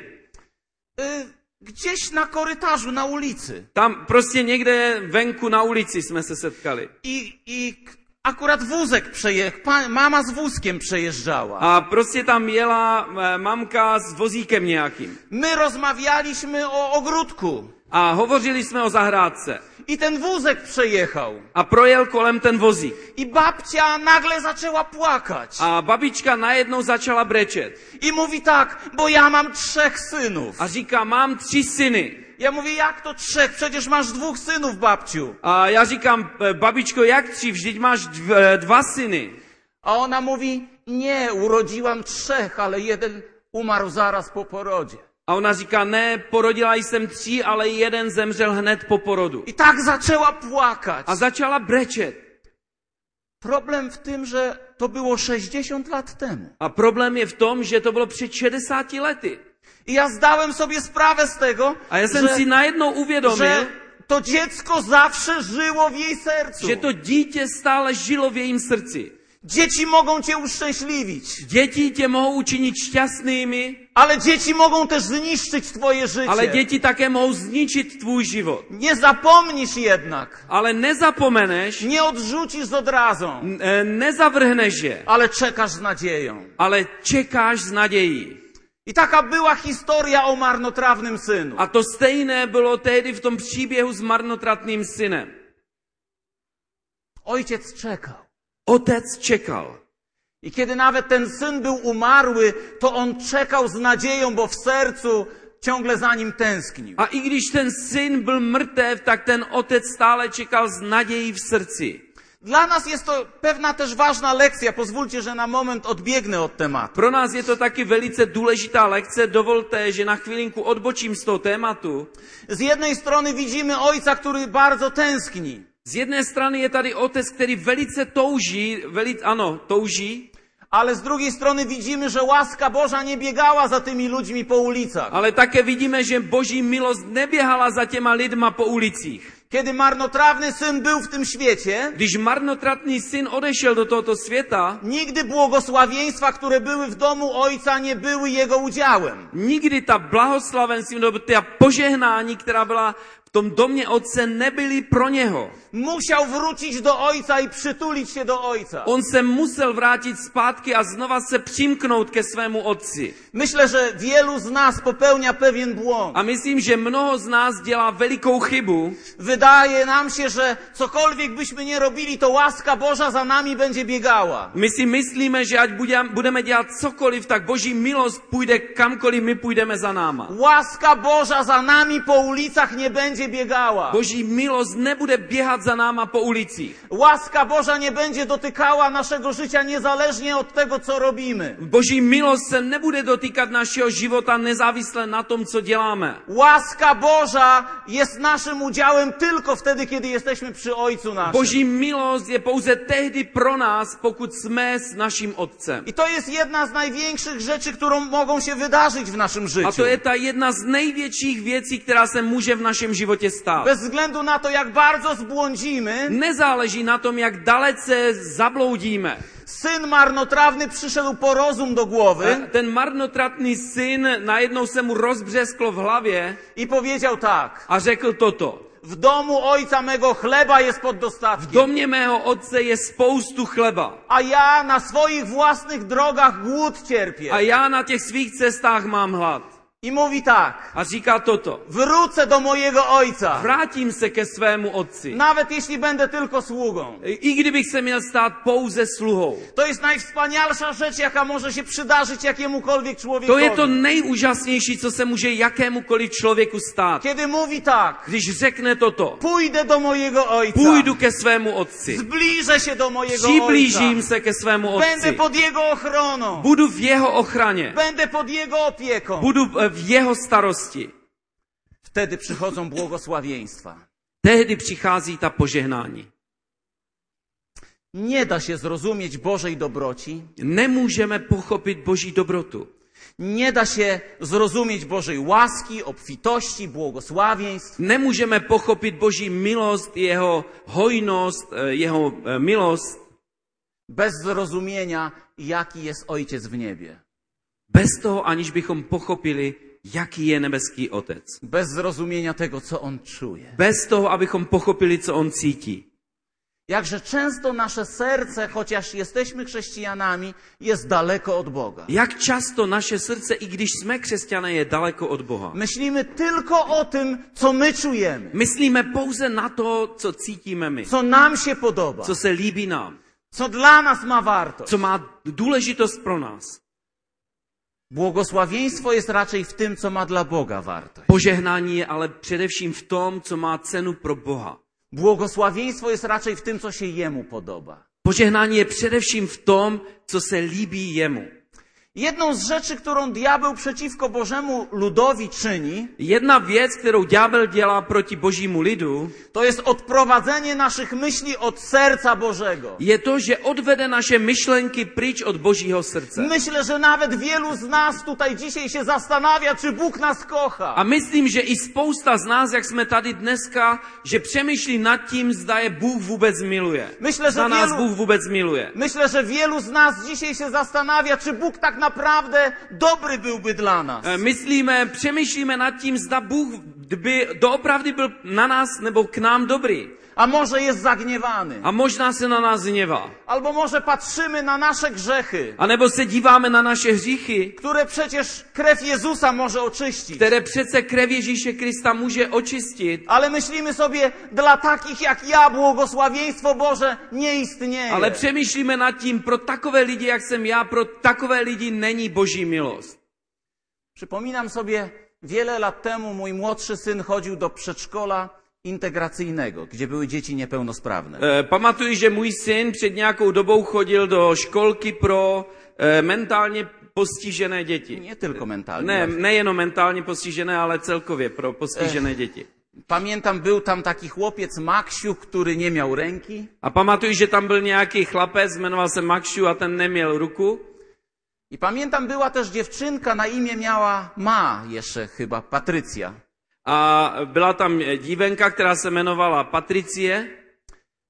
[SPEAKER 1] Y, gdzieś na korytarzu, na ulicy.
[SPEAKER 2] Tam prostě někde venku na ulici jsme se setkali.
[SPEAKER 1] I, i k- akurat wózek przejechał, mama z wózkiem przejeżdżała.
[SPEAKER 2] A prostě tam jela eh, mamka s vozíkem nějakým.
[SPEAKER 1] My rozmawialiśmy o ogródku.
[SPEAKER 2] A hovořili jsme o zahrádce.
[SPEAKER 1] I ten wózek przejechał.
[SPEAKER 2] A projel kolem ten vozík.
[SPEAKER 1] I babcia nagle zaczęła płakać.
[SPEAKER 2] A babička najednou začala brečet.
[SPEAKER 1] I mówi tak, bo ja mam trzech synów.
[SPEAKER 2] A říká, mám tři syny.
[SPEAKER 1] Ja mówię, jak to trzech? Przecież masz dwóch synów, babciu.
[SPEAKER 2] A já říkám, "Eh, babičko, jak tři? Vždyť máš dv- eh, dva syny.
[SPEAKER 1] A ona mówi, nie, urodziłam trzech, ale jeden umarł zaraz po porodzie.
[SPEAKER 2] A ona říká, ne, porodila jsem tří, ale jeden zemřel hned po porodu.
[SPEAKER 1] I tak zaczęła płakać.
[SPEAKER 2] A začala brečet.
[SPEAKER 1] Problem w tym, że to było 60 lat temu.
[SPEAKER 2] A problém je v tom, že to bylo před 60 lety.
[SPEAKER 1] I ja zdałem sobie sprawę z tego,
[SPEAKER 2] A já jsem
[SPEAKER 1] że,
[SPEAKER 2] si najednou uvědomil,
[SPEAKER 1] że to dziecko zawsze żyło w jej sercu.
[SPEAKER 2] že to dítě stále žilo v jejím srdci.
[SPEAKER 1] Dzieci mogą cię uszczęśliwić,
[SPEAKER 2] Děti tě mohou učinit šťastnými,
[SPEAKER 1] ale dzieci mogą też zniszczyć twoje życie.
[SPEAKER 2] ale děti také mohou zničit tvůj život.
[SPEAKER 1] Nie zapomnisz jednak.
[SPEAKER 2] Ale nezapomeneš,
[SPEAKER 1] Nie odrzucisz z odrazą,
[SPEAKER 2] n- eh, nezavrhneš je,
[SPEAKER 1] ale czekasz z nadzieją.
[SPEAKER 2] ale čekáš s nadějí.
[SPEAKER 1] I taka była historia o marnotrawnym synu.
[SPEAKER 2] A to stejné bylo tehdy v tom příběhu s marnotratným synem.
[SPEAKER 1] Ojciec czekał.
[SPEAKER 2] Otec čekal.
[SPEAKER 1] I kiedy nawet ten syn był umarły, to on czekał z nadzieją, bo w sercu ciągle za nim tęsknił.
[SPEAKER 2] A i když ten syn byl mrtev, tak ten otec stále čekal s nadějí v srdci.
[SPEAKER 1] Dla nas jest to pewna też ważna lekcja. Pozwólcie, że na moment odbiegnę od tematu.
[SPEAKER 2] Pro nás je to taky velice důležitá lekce. Dovolte, že na chvilinku odbočím z toho tématu.
[SPEAKER 1] Z jednej strony widzimy ojca, który bardzo tęskni,
[SPEAKER 2] Z jedné strany je tady otec, který velice touží, veli, ano, touží,
[SPEAKER 1] ale z drugiej strony widzimy, że łaska Boża nie biegała za tymi ludźmi po ulicach.
[SPEAKER 2] ale také vidíme, že boží milost neběhala za těma lidma po ulicích.
[SPEAKER 1] Kiedy marnotrawny syn był w tym świecie,
[SPEAKER 2] Když marnotratný syn odešel do tohoto světa,
[SPEAKER 1] nigdy błogosławieństwa, które były w domu ojca, nie były jego udziałem.
[SPEAKER 2] nikdy ta blahoslavenství nebo ta požehnání, která byla v tom domě otce, nebyly pro něho.
[SPEAKER 1] Musiał wrócić do ojca i przytulić się do ojca.
[SPEAKER 2] On se musel vrátit zpátky a znova se přimknout ke svému otci.
[SPEAKER 1] Myślę, że wielu z nas popełnia pewien błąd.
[SPEAKER 2] A myslím, že mnoho z nás dělá velikou chybu,
[SPEAKER 1] Wydaje nam się, że cokolwiek byśmy nie robili, to łaska Boża za nami będzie biegała.
[SPEAKER 2] My si myslíme, že ať budem- budeme dělat cokoliv, tak boží milost půjde kamkoliv my půjdeme za náma.
[SPEAKER 1] Łaska Boża za nami po ulicach nie będzie biegała.
[SPEAKER 2] Boží milost nebude běhat za náma po ulicích.
[SPEAKER 1] Łaska Boża nie będzie dotykała naszego życia niezależnie od tego, co robimy.
[SPEAKER 2] Boží milost se nebude dotýkat našeho života nezávisle na tom, co děláme.
[SPEAKER 1] Łaska Boża jest naszym udziałem tylko wtedy, kiedy jesteśmy przy Ojcu naszym.
[SPEAKER 2] Boží milost je pouze tehdy pro nás, pokud jsme s naším Otcem.
[SPEAKER 1] I to jest jedna z największych rzeczy, którą mogą się wydarzyć w naszym
[SPEAKER 2] A
[SPEAKER 1] życiu.
[SPEAKER 2] to je ta jedna z největších věcí, která se může v našem životě stát.
[SPEAKER 1] Bez względu na to, jak bardzo zbłądzimy,
[SPEAKER 2] Nezáleží na tom, jak dalece zabloudíme.
[SPEAKER 1] syn marnotrawny przyszedł po rozum do głowy
[SPEAKER 2] Ten marnotratný syn, najednou se mu rozbřesklo v hlavě
[SPEAKER 1] i powiedział tak.
[SPEAKER 2] a řekl toto.
[SPEAKER 1] W domu ojca mego chleba jest pod
[SPEAKER 2] V
[SPEAKER 1] dostatkiem,
[SPEAKER 2] domě mého otce je spoustu chleba
[SPEAKER 1] a ja na swoich własnych drogach głód
[SPEAKER 2] a
[SPEAKER 1] cierpię.
[SPEAKER 2] já na těch svých cestách mám hlad.
[SPEAKER 1] I mówi tak.
[SPEAKER 2] A říká toto.
[SPEAKER 1] Wrócę do mojego ojca,
[SPEAKER 2] Vrátím se ke svému otci.
[SPEAKER 1] nawet jeśli będę tylko sługą.
[SPEAKER 2] I kdybych se měl stát pouze sluhou.
[SPEAKER 1] To jest najwspanialsza rzecz, jaka może się przydarzyć jakiemukolwiek
[SPEAKER 2] To je to
[SPEAKER 1] człowiekowi.
[SPEAKER 2] nejúžasnější, co se může jakémukoliv člověku stát.
[SPEAKER 1] Kiedy mówi tak,
[SPEAKER 2] Když řekne toto,
[SPEAKER 1] pójdę do mojego ojca,
[SPEAKER 2] půjdu ke svému otci,
[SPEAKER 1] zbliżę się do mojego
[SPEAKER 2] přiblížím
[SPEAKER 1] ojca,
[SPEAKER 2] se ke svému
[SPEAKER 1] będę
[SPEAKER 2] otci,
[SPEAKER 1] pod jego ochroną,
[SPEAKER 2] budu v jeho ochraně,
[SPEAKER 1] będę pod jego opieką.
[SPEAKER 2] budu eh, v jeho starosti.
[SPEAKER 1] Wtedy przychodzą błogosławieństwa.
[SPEAKER 2] Tehdy přichází ta požehnání.
[SPEAKER 1] Nie da się zrozumieć Bożej dobroci,
[SPEAKER 2] Nemůžeme pochopit Boží dobrotu.
[SPEAKER 1] nie da się zrozumieć Bożej łaski, obfitości, błogosławieństw,
[SPEAKER 2] Nemůžeme pochopit Boží milost, jeho hojnost, eh, jeho eh, milost
[SPEAKER 1] bez zrozumienia, jaki jest Ojciec w niebie.
[SPEAKER 2] bez toho, aniž bychom pochopili, jaký je nebeský otec.
[SPEAKER 1] bez zrozumienia tego, co on czuje.
[SPEAKER 2] Bez toho, abychom pochopili, co on cítí.
[SPEAKER 1] Jakże często nasze serce, chociaż jesteśmy chrześcijanami, jest daleko od Boga.
[SPEAKER 2] Jak často naše srdce, i když jsme křesťané, je daleko od Boha.
[SPEAKER 1] Myślimy tylko o tym, co my czujemy,
[SPEAKER 2] Myslíme pouze na to, co cítíme my,
[SPEAKER 1] co nam się podoba,
[SPEAKER 2] co se líbí nám,
[SPEAKER 1] co dla nas ma wartość.
[SPEAKER 2] co má důležitost pro nás.
[SPEAKER 1] Błogosławieństwo jest raczej w tym, co ma dla Boga wartość.
[SPEAKER 2] Požehnání je ale především v tom, co má cenu pro Boha.
[SPEAKER 1] Błogosławieństwo jest raczej w tym, co się Jemu podoba.
[SPEAKER 2] Požehnání je především v tom, co se líbí jemu.
[SPEAKER 1] Jedną z rzeczy, którą diabeł przeciwko Bożemu ludowi czyni,
[SPEAKER 2] Jedna věc, kterou ďábel dělá proti božímu lidu,
[SPEAKER 1] to jest odprowadzenie naszych myśli od serca Bożego.
[SPEAKER 2] je to, že odvede naše myšlenky pryč od božího srdce.
[SPEAKER 1] Myślę, że nawet wielu z nas tutaj dzisiaj się zastanawia, czy Bóg nas kocha.
[SPEAKER 2] A myslím, že i spousta z nás, jak jsme tady dneska, že přemýšlí nad tím, zda je Bůh vůbec miluje.
[SPEAKER 1] Myślę,
[SPEAKER 2] Zda
[SPEAKER 1] że
[SPEAKER 2] nás
[SPEAKER 1] wielu,
[SPEAKER 2] Bůh vůbec miluje.
[SPEAKER 1] myślę, że wielu z nas dzisiaj się zastanawia, czy Bóg tak naprawdę dobry byłby dla nas.
[SPEAKER 2] E, Myslíme, přemýšlíme nad tím, zda Bůh by doopravdy byl na nás nebo k nám dobrý.
[SPEAKER 1] A może jest zagniewany.
[SPEAKER 2] A možná se na nás hněvá.
[SPEAKER 1] Albo może patrzymy na nasze grzechy,
[SPEAKER 2] A nebo se díváme na naše hříchy,
[SPEAKER 1] które przecież krew Jezusa może oczyścić.
[SPEAKER 2] které přece krev Ježíše Krista může očistit,
[SPEAKER 1] Ale myślimy sobie, dla takich jak ja błogosławieństwo Boże nie istnieje.
[SPEAKER 2] ale přemýšlíme nad tím, pro takové lidi, jak jsem já, pro takové lidi není boží milost.
[SPEAKER 1] Przypominam sobie, wiele lat temu mój młodszy syn chodził do przedszkola integracyjnego, gdzie były dzieci niepełnosprawne.
[SPEAKER 2] E, pamatuji, že můj syn před nějakou dobou chodil do školky pro e, mentálně postižené děti.
[SPEAKER 1] Nie tylko mentalnie.
[SPEAKER 2] Ne, nejenom mentálně postižené, ale celkově pro postižené děti.
[SPEAKER 1] Pamiętam, był tam taki chłopiec Maksiu, który nie miał ręki
[SPEAKER 2] A pamatuji, že tam byl nějaký chlapec, jmenoval se Makšu a ten neměl ruku.
[SPEAKER 1] i pamiętam, była też dziewczynka, na imię miała Ma jeszcze chyba, Patrycja.
[SPEAKER 2] A byla tam eh, dívenka, která se jmenovala Patricie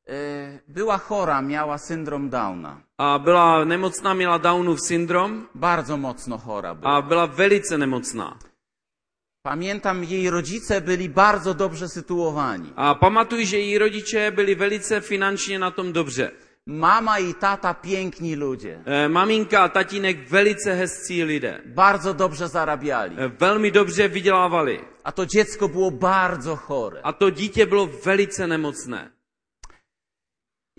[SPEAKER 1] E, Była chora, miała syndrom Downa.
[SPEAKER 2] a byla nemocná, měla Downův syndrom
[SPEAKER 1] Bardzo mocno chora była.
[SPEAKER 2] a byla velice nemocná.
[SPEAKER 1] Pamiętam, jej rodzice byli bardzo dobrze sytuowani.
[SPEAKER 2] A pamatuji, že její rodiče byli velice finančně na tom dobře.
[SPEAKER 1] Mama i tata piękni ludzie.
[SPEAKER 2] Eh, Maminka a tatínek velice hezcí lidé.
[SPEAKER 1] Bardzo dobrze zarabiali.
[SPEAKER 2] Eh, Velmi dobře vydělávali.
[SPEAKER 1] A to dziecko było bardzo chore.
[SPEAKER 2] A to dítě bylo velice nemocné.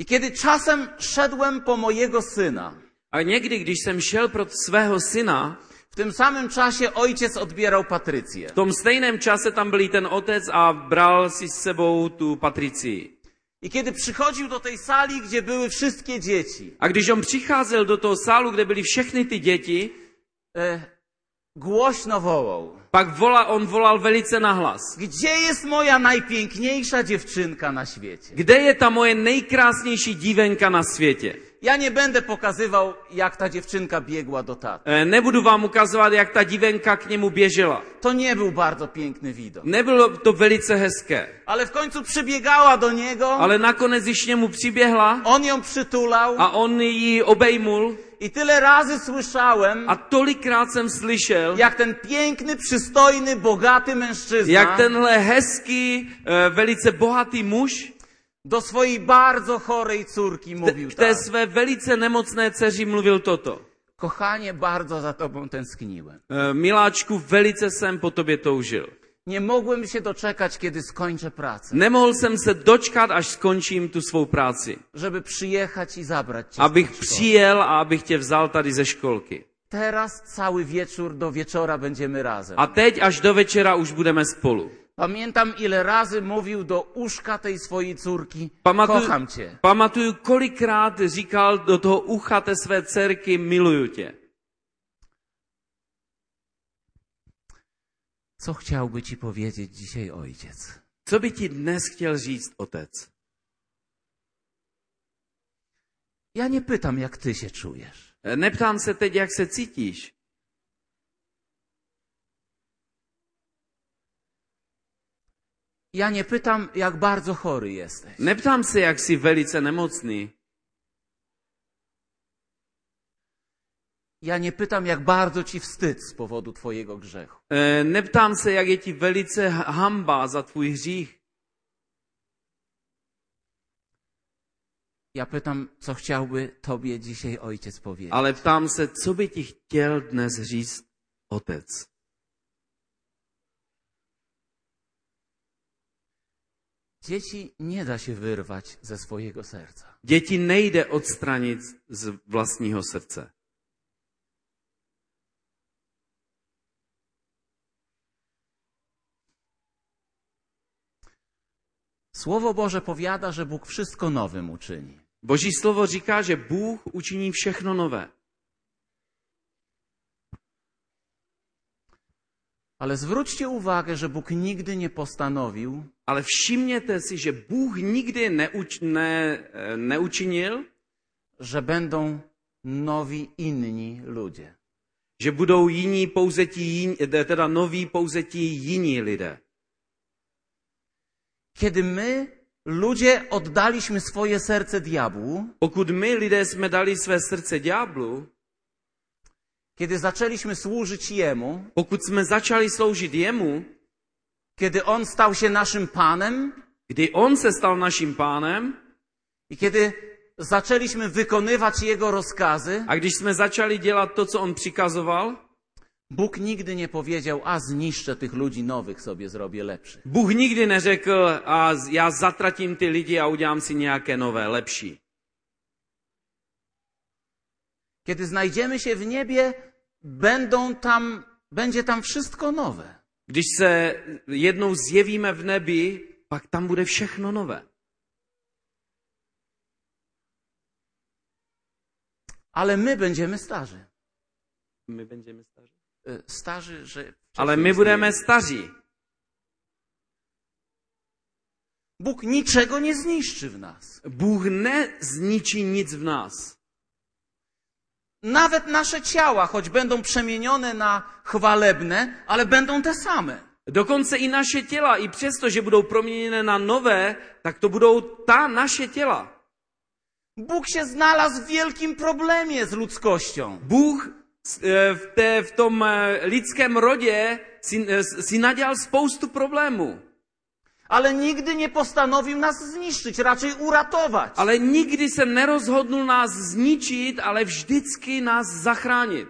[SPEAKER 1] I kiedy czasem szedłem po mojego syna,
[SPEAKER 2] A někdy, když jsem šel pro svého syna,
[SPEAKER 1] w tym samym czasie ojciec odbierał Patrycję.
[SPEAKER 2] V tom stejném čase tam byl i ten otec a bral si s sebou tu Patricii.
[SPEAKER 1] I kiedy przychodził do tej sali, gdzie były wszystkie dzieci,
[SPEAKER 2] A když on přicházel do toho sálu, kde byly všechny ty děti,
[SPEAKER 1] e, głośno wołał:
[SPEAKER 2] pak vola, on volal velice nahlas.
[SPEAKER 1] Gdzie jest moja najpiękniejsza dziewczynka na świecie?
[SPEAKER 2] Kde je ta moje nejkrásnější dívenka na světě?
[SPEAKER 1] Ja nie będę pokazywał, jak ta dziewczynka biegła do taty.
[SPEAKER 2] E, Nebudu vám ukazovat, jak ta divenka k němu běžela.
[SPEAKER 1] To nie był bardzo piękny widok.
[SPEAKER 2] Nebylo to velice hezké,
[SPEAKER 1] Ale w końcu przybiegała do niego,
[SPEAKER 2] ale nakonec již k němu přiběhla
[SPEAKER 1] on ją przytulał
[SPEAKER 2] a on ji obejmul
[SPEAKER 1] i tyle razy słyszałem,
[SPEAKER 2] a tolikrát jsem slyšel,
[SPEAKER 1] jak ten piękny, przystojny, bogaty mężczyzna
[SPEAKER 2] jak tenhle hezký, e, velice bohatý muž
[SPEAKER 1] do swojej bardzo chorej córki mówił
[SPEAKER 2] k
[SPEAKER 1] tak.
[SPEAKER 2] té své velice nemocné dceři mluvil toto.
[SPEAKER 1] Kochanie, bardzo za tobą tęskniłem.
[SPEAKER 2] E, Miláčku, velice jsem po tobě toužil.
[SPEAKER 1] Nie mogłem się doczekać, kiedy skończę pracę,
[SPEAKER 2] Nemohl jsem se dočkat, až skončím tu svou práci.
[SPEAKER 1] żeby przyjechać i zabrać cię. z
[SPEAKER 2] Abych
[SPEAKER 1] tej szkoły.
[SPEAKER 2] přijel a abych tě vzal tady ze školky.
[SPEAKER 1] Teraz cały wieczór do wieczora będziemy razem.
[SPEAKER 2] A teď až do večera už budeme spolu.
[SPEAKER 1] Pamiętam, ile razy mówił do uszka tej swojej córki:
[SPEAKER 2] Pamatuju,
[SPEAKER 1] Kocham cię.
[SPEAKER 2] pamatuju, kolikrát říkal do toho ucha té své dcerky, miluju tě.
[SPEAKER 1] Co chciałby ci powiedzieć dzisiaj ojciec?
[SPEAKER 2] Co by ti dnes chtěl říct otec?
[SPEAKER 1] Ja nie pytam, jak ty się czujesz.
[SPEAKER 2] E, Neptám se teď, jak se cítíš.
[SPEAKER 1] Ja nie pytam, jak bardzo chory jesteś.
[SPEAKER 2] Neptám se, jak jsi velice nemocný.
[SPEAKER 1] Ja nie pytam, jak bardzo ci wstyd z powodu twojego grzechu.
[SPEAKER 2] E, Neptám se, jak je ti velice h- hamba za tvůj hřích.
[SPEAKER 1] Ja pytam, co chciałby tobie dzisiaj ojciec powiedzieć.
[SPEAKER 2] Ale ptám se, co by ti chtěl dnes říct otec?
[SPEAKER 1] Dzieci nie da się wyrwać ze swojego serca.
[SPEAKER 2] Děti nejde odstranit z vlastního srdce.
[SPEAKER 1] Słowo Boże powiada, że Bóg wszystko nowym uczyni.
[SPEAKER 2] Boží slovo říká, že Bůh učiní všechno nové.
[SPEAKER 1] Ale zwróćcie uwagę, że Bóg nigdy nie postanowił,
[SPEAKER 2] Ale všimněte si, že Bůh nikdy neuč, ne, eh, neučinil,
[SPEAKER 1] że będą nowi inni ludzie.
[SPEAKER 2] že budou jiní pouze ti jiní, eh, teda noví pouze ti jiní lidé.
[SPEAKER 1] Kiedy my, ludzie, oddaliśmy swoje serce diabłu,
[SPEAKER 2] Pokud my lidé jsme dali své srdce ďáblu,
[SPEAKER 1] kiedy zaczęliśmy służyć jemu,
[SPEAKER 2] pokud jsme začali sloužit jemu,
[SPEAKER 1] kiedy on stał się naszym panem
[SPEAKER 2] kdy on se stal naším pánem
[SPEAKER 1] i kiedy zaczęliśmy wykonywać jego rozkazy,
[SPEAKER 2] a když jsme začali dělat to, co on přikazoval,
[SPEAKER 1] Bóg nigdy nie powiedział, a zniszczę tych ludzi nowych, sobie zrobię lepszych.
[SPEAKER 2] Bůh nikdy neřekl, a z- já zatratím ty lidi a udělám si nějaké nové, lepší.
[SPEAKER 1] Kiedy znajdziemy się w niebie, będą tam, będzie tam wszystko nowe.
[SPEAKER 2] Když se jednou zjevíme v nebi, pak tam bude všechno nové.
[SPEAKER 1] Ale my będziemy starzy.
[SPEAKER 2] My budeme staří.
[SPEAKER 1] E, Starzy, że.
[SPEAKER 2] Ale my budeme staří.
[SPEAKER 1] Bóg niczego nie zniszczy w nas.
[SPEAKER 2] Bůh nezničí nic v nás.
[SPEAKER 1] Nawet nasze ciała, choć będą przemienione na chwalebne, ale będą te same.
[SPEAKER 2] Dokonce i naše těla, i přesto, že budou proměněné na nové, tak to budou ta naše těla.
[SPEAKER 1] Bóg się znalazł w wielkim problemie z ludzkością.
[SPEAKER 2] Bůh s- eh, v, té, v tom eh, lidském rodě si, eh, si nadělal spoustu problémů.
[SPEAKER 1] Ale nigdy nie postanowił nas zniszczyć, raczej uratować.
[SPEAKER 2] Ale nikdy se nerozhodnul nás zničit, ale vždycky nás zachránit.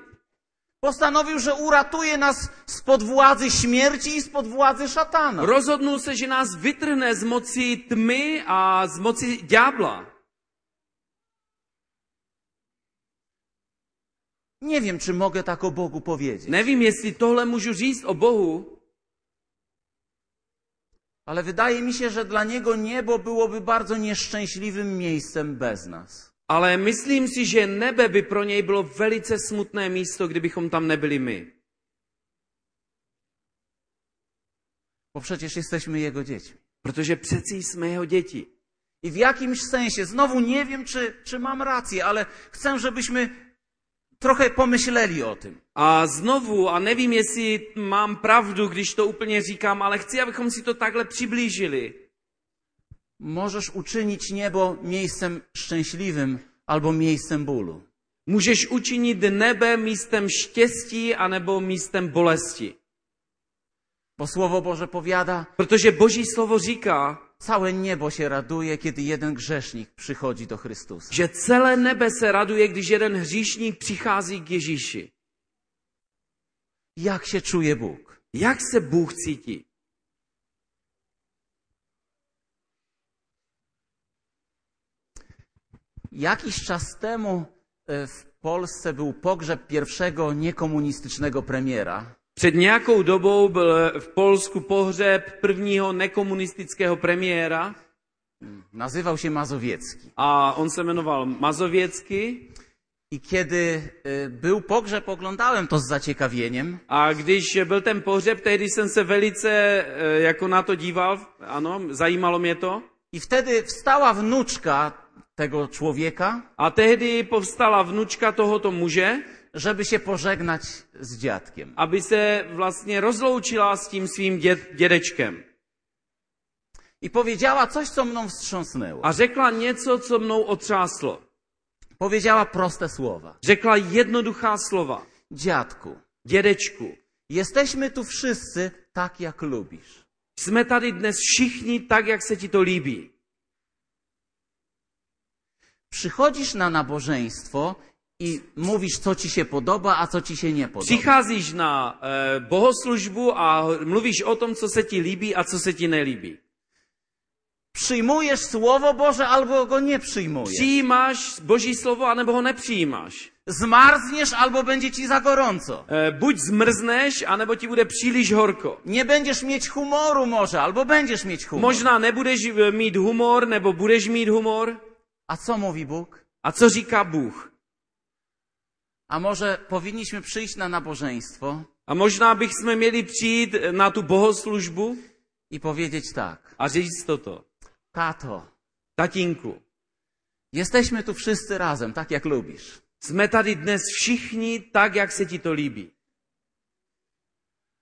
[SPEAKER 1] Postanowił, że uratuje nas spod władzy śmierci i spod władzy szatana.
[SPEAKER 2] Rozhodnul se, že nás vytrhne z moci tmy a z moci ďábla.
[SPEAKER 1] Nie wiem, czy mogę tak o Bogu powiedzieć,
[SPEAKER 2] Nevím, jestli tohle můžu říct o Bohu,
[SPEAKER 1] ale wydaje mi się, że dla Niego niebo byłoby bardzo nieszczęśliwym miejscem bez nas.
[SPEAKER 2] ale myslím si, že nebe by pro něj bylo velice smutné místo, kdybychom tam nebyli my.
[SPEAKER 1] Bo przecież jesteśmy Jego dziećmi.
[SPEAKER 2] Protože přeci jsme jeho děti.
[SPEAKER 1] I w jakimś sensie, znowu nie wiem, czy, czy mam rację, ale chcę, żebyśmy trochę pomyśleli o tym.
[SPEAKER 2] A znovu, a nevím, jestli mám pravdu, když to úplně říkám, ale chci, abychom si to takhle přiblížili.
[SPEAKER 1] Możesz uczynić niebo miejscem szczęśliwym albo miejscem bólu.
[SPEAKER 2] Můžeš učinit nebe místem štěstí anebo místem bolesti.
[SPEAKER 1] Bo Słowo Boże powiada,
[SPEAKER 2] Protože Boží slovo říká,
[SPEAKER 1] całe niebo się raduje, kiedy jeden grzesznik przychodzi do Chrystusa.
[SPEAKER 2] že celé nebe se raduje, když jeden hříšník přichází k Ježíši.
[SPEAKER 1] Jak się czuje Bóg?
[SPEAKER 2] Jak se Bůh cítí?
[SPEAKER 1] Jakiś czas temu e, w Polsce był pogrzeb pierwszego niekomunistycznego premiera.
[SPEAKER 2] Před nějakou dobou byl v Polsku pohřeb prvního nekomunistického premiéra
[SPEAKER 1] Nazywał się Mazowiecki.
[SPEAKER 2] a on se jmenoval Mazověcky.
[SPEAKER 1] I kiedy e, był pogrzeb, oglądałem to z zaciekawieniem.
[SPEAKER 2] A když byl ten pohřeb, tehdy jsem se velice eh, jako na to díval, ano, zajímalo mě to.
[SPEAKER 1] I wtedy wstała wnuczka tego człowieka,
[SPEAKER 2] A tehdy povstala vnučka tohoto muže,
[SPEAKER 1] żeby się pożegnać z dziadkiem.
[SPEAKER 2] aby se vlastně rozloučila s tím svým dě- dědečkem.
[SPEAKER 1] I powiedziała coś, co mną wstrząsnęło.
[SPEAKER 2] A řekla něco, co mnou otřáslo.
[SPEAKER 1] Powiedziała proste słowa.
[SPEAKER 2] Řekla jednoduchá slova.
[SPEAKER 1] Dziadku,
[SPEAKER 2] Dědečku,
[SPEAKER 1] jesteśmy tu wszyscy tak, jak lubisz.
[SPEAKER 2] jsme tady dnes všichni tak, jak se ti to líbí.
[SPEAKER 1] Przychodzisz na nabożeństwo i mówisz, co ci się podoba, a co ci się nie podoba.
[SPEAKER 2] Přicházíš na eh, bohoslužbu a mluvíš o tom, co se ti líbí a co se ti nelíbí.
[SPEAKER 1] Przyjmujesz Słowo Boże albo go nie przyjmujesz.
[SPEAKER 2] Přijímáš Boží slovo, anebo ho nepřijímáš.
[SPEAKER 1] Zmarzniesz albo będzie ci za gorąco.
[SPEAKER 2] Eh, buď zmrzneš, anebo ti bude příliš horko.
[SPEAKER 1] Nie będziesz mieć humoru może, albo będziesz mieć humor.
[SPEAKER 2] Možná nebudeš eh, mít humor, nebo budeš mít humor.
[SPEAKER 1] A co mówi Bóg?
[SPEAKER 2] A co říká Bůh?
[SPEAKER 1] A może powinniśmy przyjść na nabożeństwo
[SPEAKER 2] A možná bychom měli přijít eh, na tu bohoslužbu
[SPEAKER 1] i powiedzieć tak.
[SPEAKER 2] a říct toto.
[SPEAKER 1] Tato,
[SPEAKER 2] Tatínku,
[SPEAKER 1] jesteśmy tu wszyscy razem, tak jak lubisz.
[SPEAKER 2] jsme tady dnes všichni tak, jak se ti to líbí.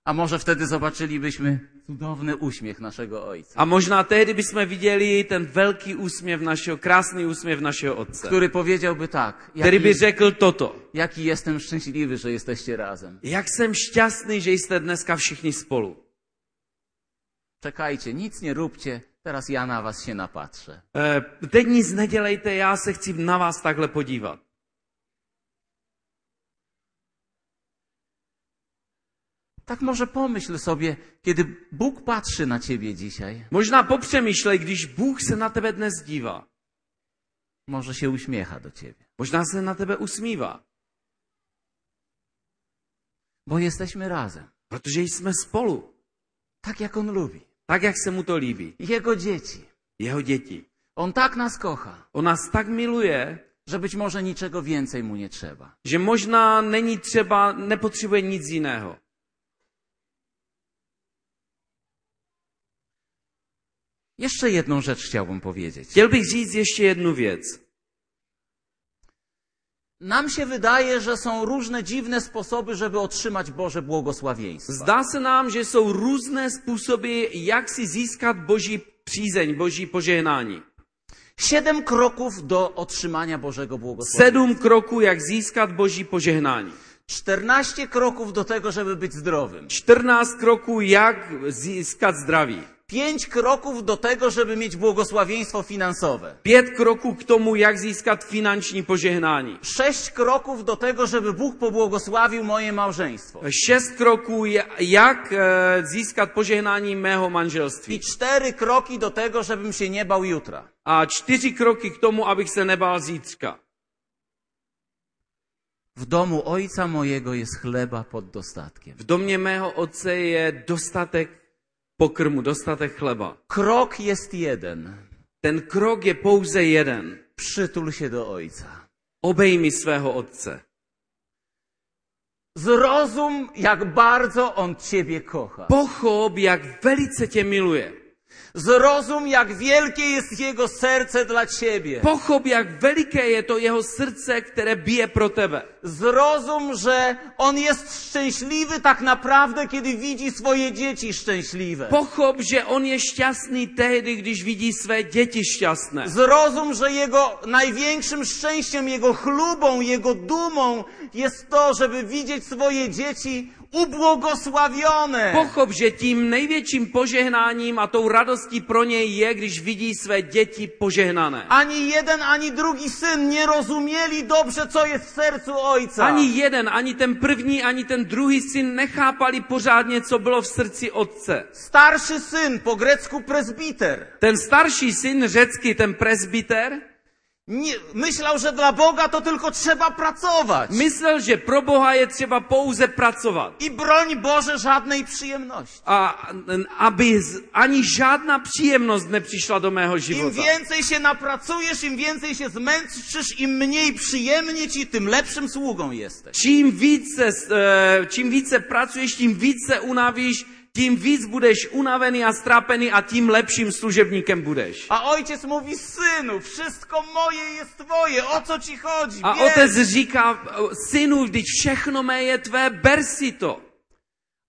[SPEAKER 1] A może wtedy zobaczylibyśmy cudowny uśmiech naszego Ojca,
[SPEAKER 2] A možná tehdy bychom viděli ten velký úsměv našeho, krásný úsměv našeho otce,
[SPEAKER 1] który powiedziałby tak.
[SPEAKER 2] který
[SPEAKER 1] Jaki,
[SPEAKER 2] by řekl toto.
[SPEAKER 1] jaki jestem szczęśliwy, że jesteście razem.
[SPEAKER 2] Jak jsem šťastný, že jste dneska všichni spolu.
[SPEAKER 1] Czekajcie, nic nie róbcie, teraz ja na was się napatrzę.
[SPEAKER 2] Eh, Teď nic nedělejte, já se chci na vás takhle podívat.
[SPEAKER 1] Tak może pomyśl sobie, kiedy Bóg patrzy na ciebie dzisiaj,
[SPEAKER 2] Možná popřemýšlej, když Bůh se na tebe dnes dívá.
[SPEAKER 1] może się uśmiecha do ciebie.
[SPEAKER 2] Možná se na tebe usmívá,
[SPEAKER 1] Bo jesteśmy razem,
[SPEAKER 2] protože jsme spolu,
[SPEAKER 1] tak jak On lubi.
[SPEAKER 2] tak jak se mu to líbí.
[SPEAKER 1] Jego dzieci.
[SPEAKER 2] Jeho děti.
[SPEAKER 1] On tak nas kocha,
[SPEAKER 2] On nás tak miluje,
[SPEAKER 1] że być może niczego więcej mu nie trzeba.
[SPEAKER 2] že možná není třeba, nepotřebuje nic jiného.
[SPEAKER 1] Jeszcze jedną rzecz chciałbym powiedzieć.
[SPEAKER 2] Chtěl bych říct ještě jednu věc.
[SPEAKER 1] Nam się wydaje, że są różne dziwne sposoby, żeby otrzymać Boże błogosławieństwo.
[SPEAKER 2] Zdá se nám, že jsou různé způsoby, jak si získat boží přízeň, boží požehnání.
[SPEAKER 1] Siedem kroków do otrzymania Bożego błogosławieństwa.
[SPEAKER 2] Sedm kroků, jak získat boží požehnání.
[SPEAKER 1] Czternaście kroków do tego, żeby być zdrowym.
[SPEAKER 2] 14 kroků, jak získat zdraví.
[SPEAKER 1] Pięć kroków do tego, żeby mieć błogosławieństwo finansowe.
[SPEAKER 2] Pět kroků k tomu, jak získat finanční požehnání.
[SPEAKER 1] Sześć kroków do tego, żeby Bóg pobłogosławił moje małżeństwo.
[SPEAKER 2] Šest kroků, ja- jak eh, získat požehnání mého manželství.
[SPEAKER 1] I cztery kroki do tego, żebym się nie bał jutra.
[SPEAKER 2] A čtyři kroky k tomu, abych se nebál zítřka.
[SPEAKER 1] W domu ojca mojego jest chleba pod dostatkiem.
[SPEAKER 2] V domě mého otce je dostatek pokrmu, dostatek chleba.
[SPEAKER 1] Krok jest jeden.
[SPEAKER 2] Ten krok je pouze jeden.
[SPEAKER 1] Przytul się do ojca.
[SPEAKER 2] Obejmi svého otce.
[SPEAKER 1] Zrozum, jak bardzo on ciebie kocha.
[SPEAKER 2] Pochop, jak velice tě miluje.
[SPEAKER 1] Zrozum, jak wielkie jest Jego serce dla Ciebie.
[SPEAKER 2] Pochop, jak veliké je to jeho srdce, které bije pro tebe.
[SPEAKER 1] Zrozum, że On jest szczęśliwy tak naprawdę, kiedy widzi swoje dzieci szczęśliwe.
[SPEAKER 2] Pochop, že on je šťastný tehdy, když vidí své děti šťastné.
[SPEAKER 1] Zrozum, że Jego największym szczęściem, Jego chlubą, Jego dumą jest to, żeby widzieć swoje dzieci ubłogosławione.
[SPEAKER 2] Pochop, že tím největším požehnáním a tou radostí pro něj je, když vidí své děti požehnané.
[SPEAKER 1] Ani jeden, ani drugi syn nie rozumieli dobrze, co jest w sercu Ojca.
[SPEAKER 2] Ani jeden, ani ten první, ani ten druhý syn nechápali pořádně, co bylo v srdci otce.
[SPEAKER 1] Starszy syn, po grecku prezbiter,
[SPEAKER 2] Ten starší syn řecký, ten presbyter,
[SPEAKER 1] nie, myślał, że dla Boga to tylko trzeba pracować.
[SPEAKER 2] myslel, že pro Boha je třeba pouze pracovat.
[SPEAKER 1] I broń Boże žádnej przyjemności.
[SPEAKER 2] A aby z- ani žádná příjemnost nepřišla do mého
[SPEAKER 1] Im
[SPEAKER 2] života.
[SPEAKER 1] więcej się napracujesz, im więcej się zmęczysz, im mniej przyjemnie ci, tym lepszym sługą jesteś.
[SPEAKER 2] Čím více, eh, čím více pracuješ, tím více unavíš, tím víc budeš unavený a strápený a tím lepším služebníkem budeš.
[SPEAKER 1] A ojciec mówi, synu, wszystko moje jest twoje, o co ci chodzi?
[SPEAKER 2] A
[SPEAKER 1] Bierz.
[SPEAKER 2] otec říká, synu, vždyť všechno mé je tvé, ber si to.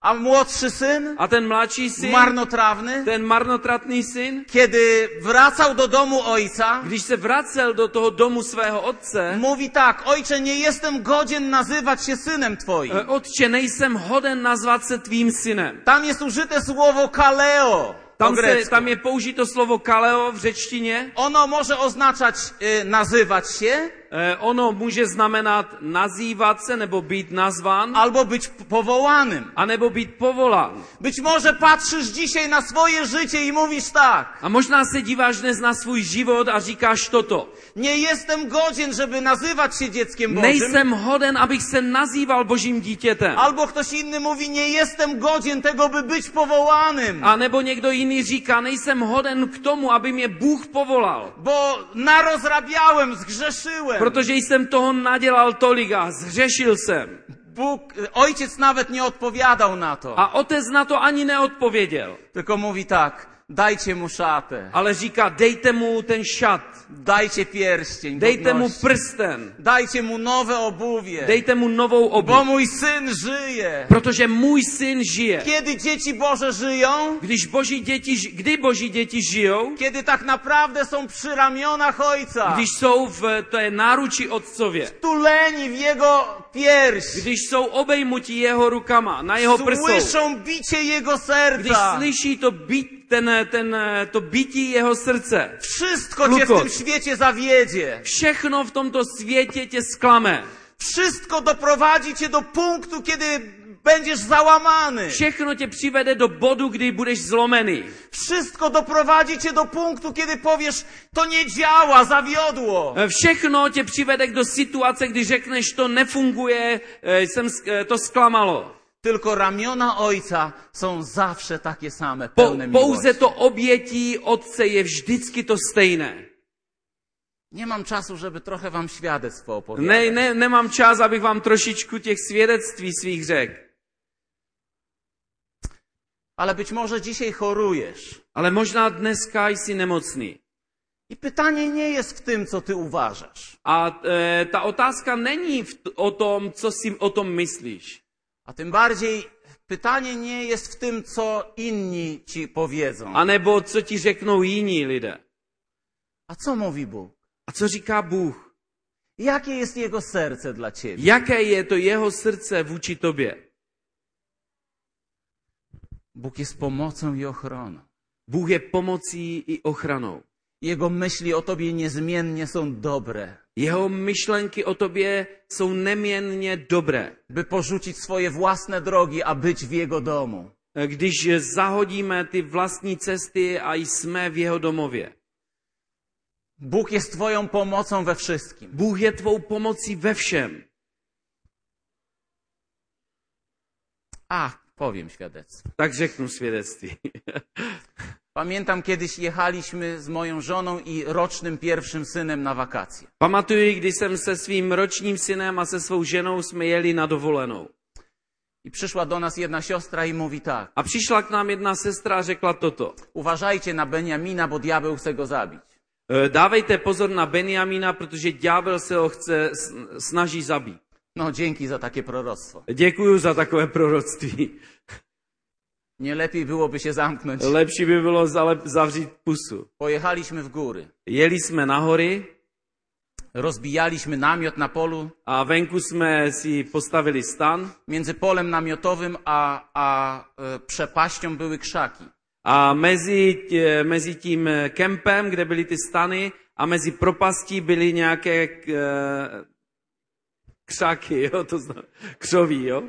[SPEAKER 1] A młodszy syn,
[SPEAKER 2] A ten mladší syn,
[SPEAKER 1] marnotrawny,
[SPEAKER 2] ten marnotratný syn,
[SPEAKER 1] kiedy wracał do domu ojca,
[SPEAKER 2] když se vracel do toho domu svého otce,
[SPEAKER 1] mówi tak, ojcze, nie jestem godzien nazywać się synem twoim.
[SPEAKER 2] eh, otče, nejsem hoden nazvat se tvým synem.
[SPEAKER 1] Tam jest użyte słowo kaleo. po
[SPEAKER 2] Tam, se,
[SPEAKER 1] grecku.
[SPEAKER 2] tam je použito slovo kaleo v řečtině.
[SPEAKER 1] Ono może oznaczać y, nazywać się,
[SPEAKER 2] Eh, Ono může znamenat nazývat se nebo být nazván.
[SPEAKER 1] albo być p- powołanym.
[SPEAKER 2] anebo být povolán.
[SPEAKER 1] Być może patrzysz dzisiaj na swoje życie i mówisz tak,
[SPEAKER 2] A možná se díváš dnes na svůj život a říkáš toto.
[SPEAKER 1] nie jestem godzien, żeby nazywać się dzieckiem Bożym.
[SPEAKER 2] Nejsem hoden, abych se nazýval božím dítětem.
[SPEAKER 1] Albo ktoś inny mówi, nie jestem godzien tego, by być powołanym,
[SPEAKER 2] A nebo někdo jiný říká, nejsem hoden k tomu, aby mě Bůh povolal.
[SPEAKER 1] bo narozrabiałem, zgrzeszyłem.
[SPEAKER 2] Protože jsem toho nadělal tolik a zhřešil jsem.
[SPEAKER 1] Bóg, y, ojciec nawet nie odpowiadał na to,
[SPEAKER 2] A otec na to ani neodpověděl.
[SPEAKER 1] tylko mówi tak, dajcie mu szatę,
[SPEAKER 2] Ale říká, dejte mu ten šat,
[SPEAKER 1] dajcie pierścień,
[SPEAKER 2] dejte mu
[SPEAKER 1] godności,
[SPEAKER 2] prsten,
[SPEAKER 1] dajcie mu nowe obuwie,
[SPEAKER 2] dejte mu
[SPEAKER 1] bo
[SPEAKER 2] novou obuv.
[SPEAKER 1] mój syn żyje.
[SPEAKER 2] Protože můj syn žije.
[SPEAKER 1] Kiedy dzieci Boże żyją,
[SPEAKER 2] Když boží děti, ži- kdy boží děti žijou,
[SPEAKER 1] kiedy tak naprawdę są przy ramionach Ojca,
[SPEAKER 2] když jsou v té náruči otcově,
[SPEAKER 1] tuleni w Jego pierś,
[SPEAKER 2] když jsou obejmutí jeho rukama, na jeho prsou,
[SPEAKER 1] słyszą bicie Jego
[SPEAKER 2] když
[SPEAKER 1] serca.
[SPEAKER 2] slyší to, být, ten, ten, to bytí jeho srdce,
[SPEAKER 1] Wszystko Cię w
[SPEAKER 2] Lukot.
[SPEAKER 1] tym świecie zawiedzie.
[SPEAKER 2] všechno v tomto světě tě zklame.
[SPEAKER 1] Wszystko doprowadzi Cię do punktu, kiedy będziesz załamany.
[SPEAKER 2] Všechno tě přivede do bodu, kdy budeš zlomený.
[SPEAKER 1] Wszystko doprowadzi Cię do punktu, kiedy powiesz, to nie działa, zawiodło.
[SPEAKER 2] Eh, Všechno tě přivede do situace, kdy řekneš, to nefunguje, eh, jsem, sk- eh, to zklamalo.
[SPEAKER 1] Tylko ramiona Ojca są zawsze takie same,
[SPEAKER 2] Po,
[SPEAKER 1] pełne miłości.
[SPEAKER 2] pouze to obětí otce je vždycky to stejné.
[SPEAKER 1] Nie mam czasu, żeby trochę Wam świadectwo opowiedzieć.
[SPEAKER 2] Ne, ne, nemám čas, abych vám trošičku těch svědectví svých řekl.
[SPEAKER 1] Ale być może dzisiaj chorujesz.
[SPEAKER 2] Ale možná dneska jsi nemocný.
[SPEAKER 1] I pytanie nie jest w tym, co ty uważasz.
[SPEAKER 2] A e, ta otázka není v, o tom, co si o tom myslíš.
[SPEAKER 1] A tym bardziej pytanie nie jest w tym, co inni ci powiedzą.
[SPEAKER 2] A nebo co ti řeknou jiní lidé.
[SPEAKER 1] A co mówi Bóg?
[SPEAKER 2] A co říká Bůh?
[SPEAKER 1] Jakie jest Jego serce dla ciebie?
[SPEAKER 2] Jaké je to jeho srdce vůči tobě?
[SPEAKER 1] Bóg jest pomocą i ochroną.
[SPEAKER 2] Bůh je pomocí i ochranou.
[SPEAKER 1] Jego myśli o tobie niezmiennie są dobre,
[SPEAKER 2] Jeho myšlenky o tobě jsou neměnně dobré. E,
[SPEAKER 1] by porzucić swoje własne drogi, a być w Jego domu.
[SPEAKER 2] E, Když zahodíme ty vlastní cesty a jsme v jeho domově.
[SPEAKER 1] Bóg jest twoją pomocą we wszystkim.
[SPEAKER 2] Bůh je tvou pomocí ve všem.
[SPEAKER 1] A, powiem świadectwo.
[SPEAKER 2] Tak řeknu svědectví.
[SPEAKER 1] Pamiętam kiedyś jechaliśmy z moją żoną i rocznym pierwszym synem na wakacje.
[SPEAKER 2] Pamatuji, když jsem se svým ročním synem a se svou ženou jsme jeli na dovolenou.
[SPEAKER 1] I przyszła do nas jedna siostra i mówi tak.
[SPEAKER 2] A přišla k nám jedna sestra a řekla toto.
[SPEAKER 1] Uważajcie na Beniamina, bo diabeł chce go zabić.
[SPEAKER 2] E, Dávejte pozor na Benjamína, protože ďábel se ho chce, s- snaží zabít.
[SPEAKER 1] No, dzięki za takie proroctwo.
[SPEAKER 2] Děkuju za takové proroctví.
[SPEAKER 1] Nie lepiej byłoby się zamknąć.
[SPEAKER 2] Lepší by bylo zalep- zavřít pusu.
[SPEAKER 1] Pojechaliśmy w góry.
[SPEAKER 2] Jeli jsme nahory
[SPEAKER 1] Rozbijaliśmy namiot na polu.
[SPEAKER 2] a venku jsme si postavili stan
[SPEAKER 1] Między polem namiotowym a, a e, przepaścią były krzaki.
[SPEAKER 2] a mezi, tě- mezi tím eh, kempem, kde byly ty stany a mezi propastí byly nějaké k, eh, křáky, jo, to znamená, křoví, jo.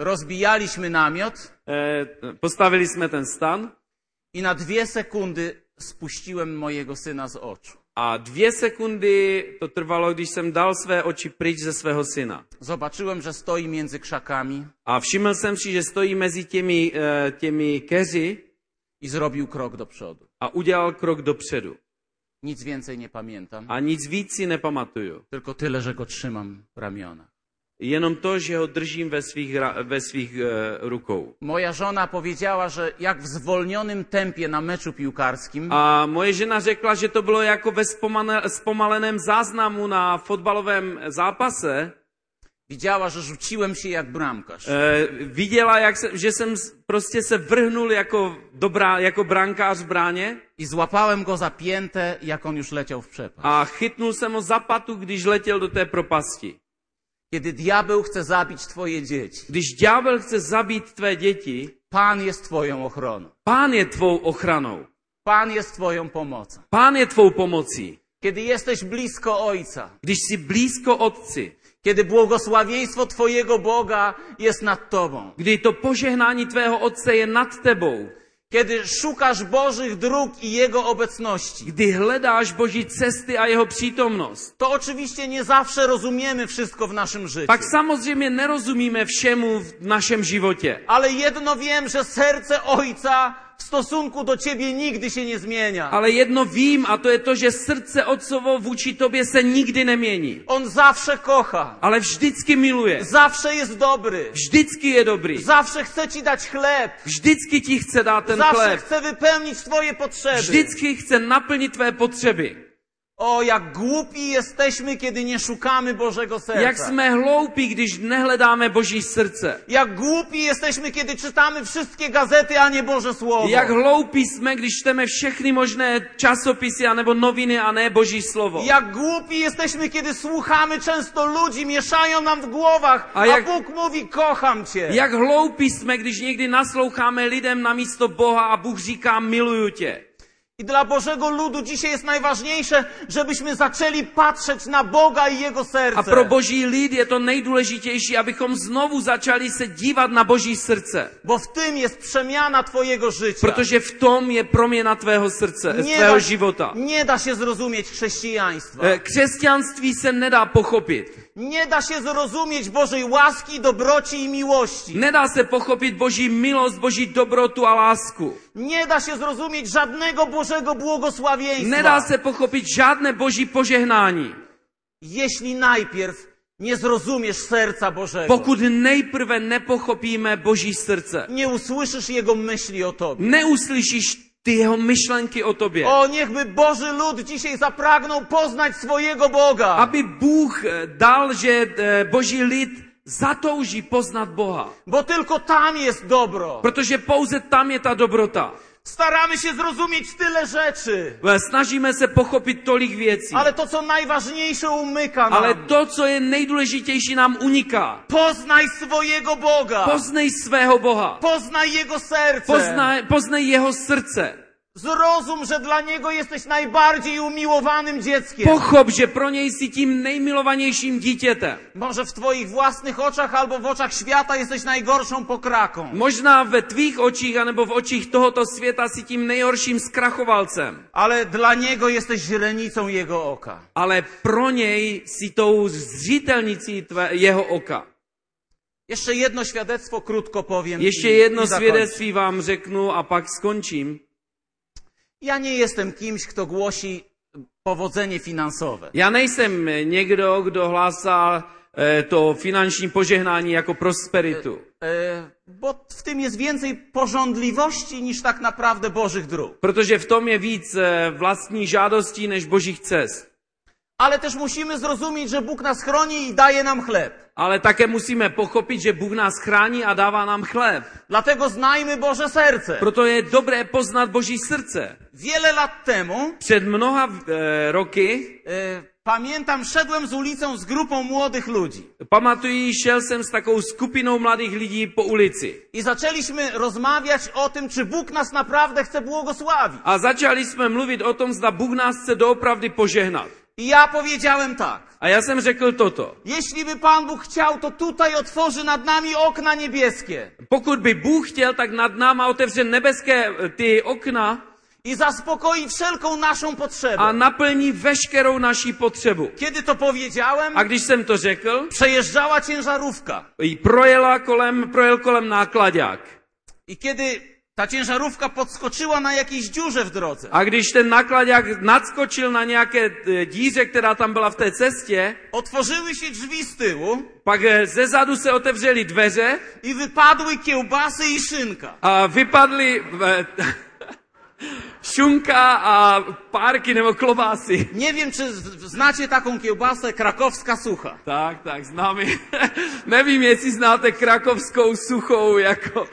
[SPEAKER 1] Rozbijaliśmy namiot
[SPEAKER 2] Eh, Postavili jsme ten stan
[SPEAKER 1] i na dwie sekundy spuściłem mojego syna z oczu.
[SPEAKER 2] a dvě sekundy to trvalo, když jsem dal své oči pryč ze svého syna.
[SPEAKER 1] Zobaczyłem, że stoi między krzakami
[SPEAKER 2] A všiml jsem si, že stojí mezi těmi, eh, těmi keři
[SPEAKER 1] i zrobił krok do przodu.
[SPEAKER 2] a udělal krok dopředu.
[SPEAKER 1] Nic więcej nie pamiętam,
[SPEAKER 2] A nic víc si nepamatuju.
[SPEAKER 1] tylko tyle, że go trzymam w ramionach.
[SPEAKER 2] Jenom to, že ho držím ve svých, ra- ve svých eh, rukou.
[SPEAKER 1] Moja żona powiedziała, że jak w zwolnionym tempie na meczu piłkarskim,
[SPEAKER 2] A moje žena řekla, že to bylo jako ve spomane- zpomaleném záznamu na fotbalovém zápase.
[SPEAKER 1] widziała, że rzuciłem się jak bramkarz.
[SPEAKER 2] Eh, viděla, jak se, že jsem s- prostě se vrhnul jako, dobrá, jako brankář v bráně
[SPEAKER 1] I złapałem go za piętę, jak on już leciał w przepaść.
[SPEAKER 2] a chytnul jsem ho za patu, když letěl do té propasti.
[SPEAKER 1] Kiedy diabeł chce zabić twoje dzieci,
[SPEAKER 2] Když ďábel chce zabít tvé děti,
[SPEAKER 1] Pan jest twoją ochroną.
[SPEAKER 2] pán je tvou ochranou.
[SPEAKER 1] Pan jest twoją pomocą.
[SPEAKER 2] Pán je tvou pomocí.
[SPEAKER 1] Kiedy jesteś blisko Ojca,
[SPEAKER 2] Když jsi blízko otci,
[SPEAKER 1] kiedy błogosławieństwo twojego Boga jest nad tobą,
[SPEAKER 2] kdy to požehnání tvého otce je nad tebou,
[SPEAKER 1] kiedy szukasz Bożych dróg i Jego obecności,
[SPEAKER 2] kdy hledáš Boží cesty a jeho přítomnost,
[SPEAKER 1] to oczywiście nie zawsze rozumiemy wszystko w naszym życiu.
[SPEAKER 2] pak samozřejmě nerozumíme všemu v našem životě.
[SPEAKER 1] Ale jedno wiem, że serce Ojca w stosunku do ciebie nigdy się nie zmienia.
[SPEAKER 2] Ale jedno vím a to je to, že srdce otcovo vůči tobě se nikdy nemění.
[SPEAKER 1] On zawsze kocha,
[SPEAKER 2] Ale vždycky miluje.
[SPEAKER 1] zawsze jest dobry,
[SPEAKER 2] Vždycky je dobrý.
[SPEAKER 1] zawsze chce ci dać chleb,
[SPEAKER 2] Vždycky ti chce dát ten
[SPEAKER 1] zawsze
[SPEAKER 2] chléb.
[SPEAKER 1] chce wypełnić twoje potrzeby.
[SPEAKER 2] Vždycky chce naplnit tvé potřeby.
[SPEAKER 1] O, jak głupi jesteśmy, kiedy nie szukamy Bożego
[SPEAKER 2] Jak
[SPEAKER 1] serca.
[SPEAKER 2] jsme hloupí, když nehledáme Boží srdce.
[SPEAKER 1] Jak głupi jesteśmy, kiedy czytamy wszystkie gazety, a nie Boże Słowo.
[SPEAKER 2] Jak hloupí jsme, když čteme všechny možné časopisy anebo noviny a ne Boží slovo.
[SPEAKER 1] Jak głupi jesteśmy, kiedy słuchamy często ludzi, mieszają nam w głowach, a,
[SPEAKER 2] A jak-
[SPEAKER 1] Bóg mówi, kocham Cię.
[SPEAKER 2] Jak hloupí jsme, když někdy nasloucháme lidem na místo Boha a Bůh říká miluju tě.
[SPEAKER 1] I dla Bożego ludu dzisiaj jest najważniejsze, żebyśmy zaczęli patrzeć na Boga i Jego serce.
[SPEAKER 2] A pro boží lid je to nejdůležitější, abychom znovu začali se dívat na boží srdce.
[SPEAKER 1] Bo w tym jest przemiana Twojego życia.
[SPEAKER 2] Protože v tom je proměna tvého srdce, tvého života.
[SPEAKER 1] nie da się zrozumieć chrześcijaństwa.
[SPEAKER 2] Eh, Křesťanství se nedá pochopit.
[SPEAKER 1] Nie da się zrozumieć Bożej łaski, dobroci i miłości.
[SPEAKER 2] Nedá se pochopit boží milost, boží dobrotu a lásku.
[SPEAKER 1] Nie da się zrozumieć żadnego Bożego błogosławieństwa.
[SPEAKER 2] Nedá se pochopit žádné boží požehnání,
[SPEAKER 1] Jeśli najpierw nie zrozumiesz serca Bożego.
[SPEAKER 2] pokud nejprve nepochopíme boží srdce.
[SPEAKER 1] nie usłyszysz Jego myśli o Tobie.
[SPEAKER 2] Neuslyšíš ty jeho myšlenky o tobě.
[SPEAKER 1] O, niechby Boży lud dzisiaj zapragnął poznać swojego Boga,
[SPEAKER 2] Aby Bůh eh, dal, že eh, boží lid zatouží poznat Boha.
[SPEAKER 1] bo tylko tam jest dobro.
[SPEAKER 2] Protože pouze tam je ta dobrota.
[SPEAKER 1] Staramy się zrozumieć tyle rzeczy,
[SPEAKER 2] Eh, Snažíme se pochopit tolik věcí.
[SPEAKER 1] ale to, co najważniejsze, umyka
[SPEAKER 2] Ale
[SPEAKER 1] nam.
[SPEAKER 2] to, co je nejdůležitější, nám uniká.
[SPEAKER 1] Poznaj swojego Boga,
[SPEAKER 2] Poznej svého Boha.
[SPEAKER 1] poznaj Jego serce,
[SPEAKER 2] Poznej, poznej jeho srdce.
[SPEAKER 1] zrozum, że dla Niego jesteś najbardziej umiłowanym dzieckiem.
[SPEAKER 2] Pochop, že pro něj jsi tím nejmilovanějším dítětem.
[SPEAKER 1] Może w Twoich własnych oczach albo w oczach świata jesteś najgorszą pokraką,
[SPEAKER 2] Možná ve tvých očích anebo v očích tohoto světa si tím nejhorším zkrachovalcem.
[SPEAKER 1] ale dla Niego jesteś źrenicą Jego oka.
[SPEAKER 2] ale pro něj si tou zřitelnicí tvé, jeho oka.
[SPEAKER 1] Jeszcze jedno świadectwo krótko powiem.
[SPEAKER 2] Ještě
[SPEAKER 1] i-
[SPEAKER 2] jedno
[SPEAKER 1] i zakończę.
[SPEAKER 2] svědectví vám řeknu a pak skončím.
[SPEAKER 1] Ja nie jestem kimś, kto głosi powodzenie finansowe.
[SPEAKER 2] Já nejsem někdo, kdo hlásá eh, eh, to finanční požehnání jako prosperitu.
[SPEAKER 1] E, bo w tym jest więcej porządliwości niż tak naprawdę Bożych dróg.
[SPEAKER 2] Protože v tom je víc eh, vlastní žádostí než božích cest.
[SPEAKER 1] Ale też musimy zrozumieć, że Bóg nas chroni i daje nam chleb.
[SPEAKER 2] Ale také musíme pochopit, že Bůh nás chrání a dává nám chléb.
[SPEAKER 1] Dlatego znajmy Boże serce.
[SPEAKER 2] Proto je dobré poznat Boží srdce.
[SPEAKER 1] Wiele lat temu,
[SPEAKER 2] Před mnoha eh, roky,
[SPEAKER 1] e, pamiętam, szedłem z ulicą z grupą młodych ludzi
[SPEAKER 2] pamatuji, šel jsem s takovou skupinou mladých lidí po ulici.
[SPEAKER 1] i zaczęliśmy rozmawiać o tym, czy Bóg nas naprawdę chce błogosławić.
[SPEAKER 2] A začali jsme mluvit o tom, zda Bůh nás chce doopravdy požehnat.
[SPEAKER 1] I ja powiedziałem tak.
[SPEAKER 2] A já jsem řekl toto.
[SPEAKER 1] Jeśli by Pan Bóg chciał, to tutaj otworzy nad nami okna niebieskie
[SPEAKER 2] Pokud by Bůh chtěl, tak nad náma otevře nebeské eh, ty okna
[SPEAKER 1] i zaspokoi wszelką naszą
[SPEAKER 2] a
[SPEAKER 1] potrzebę.
[SPEAKER 2] naplní veškerou naší potřebu.
[SPEAKER 1] Kiedy to powiedziałem,
[SPEAKER 2] A když jsem to řekl,
[SPEAKER 1] przejeżdżała ciężarówka.
[SPEAKER 2] jí projela kolem, projel kolem nákladák.
[SPEAKER 1] I kiedy ta ciężarówka podskoczyła na jakiejś dziurze w drodze,
[SPEAKER 2] A když ten nákladák nadskočil na nějaké eh, díře, která tam byla v té cestě,
[SPEAKER 1] otworzyły się drzwi z tyłu
[SPEAKER 2] pak eh, ze zadu se otevřely dveře
[SPEAKER 1] i wypadły kiełbasy i szynka.
[SPEAKER 2] a vypadly eh, šunka a párky nebo klobásy.
[SPEAKER 1] Nie wiem, czy z- znacie taką kiełbasę krakowska sucha.
[SPEAKER 2] Tak, tak, známe. Nevím, jestli znáte krakovskou suchou, jako,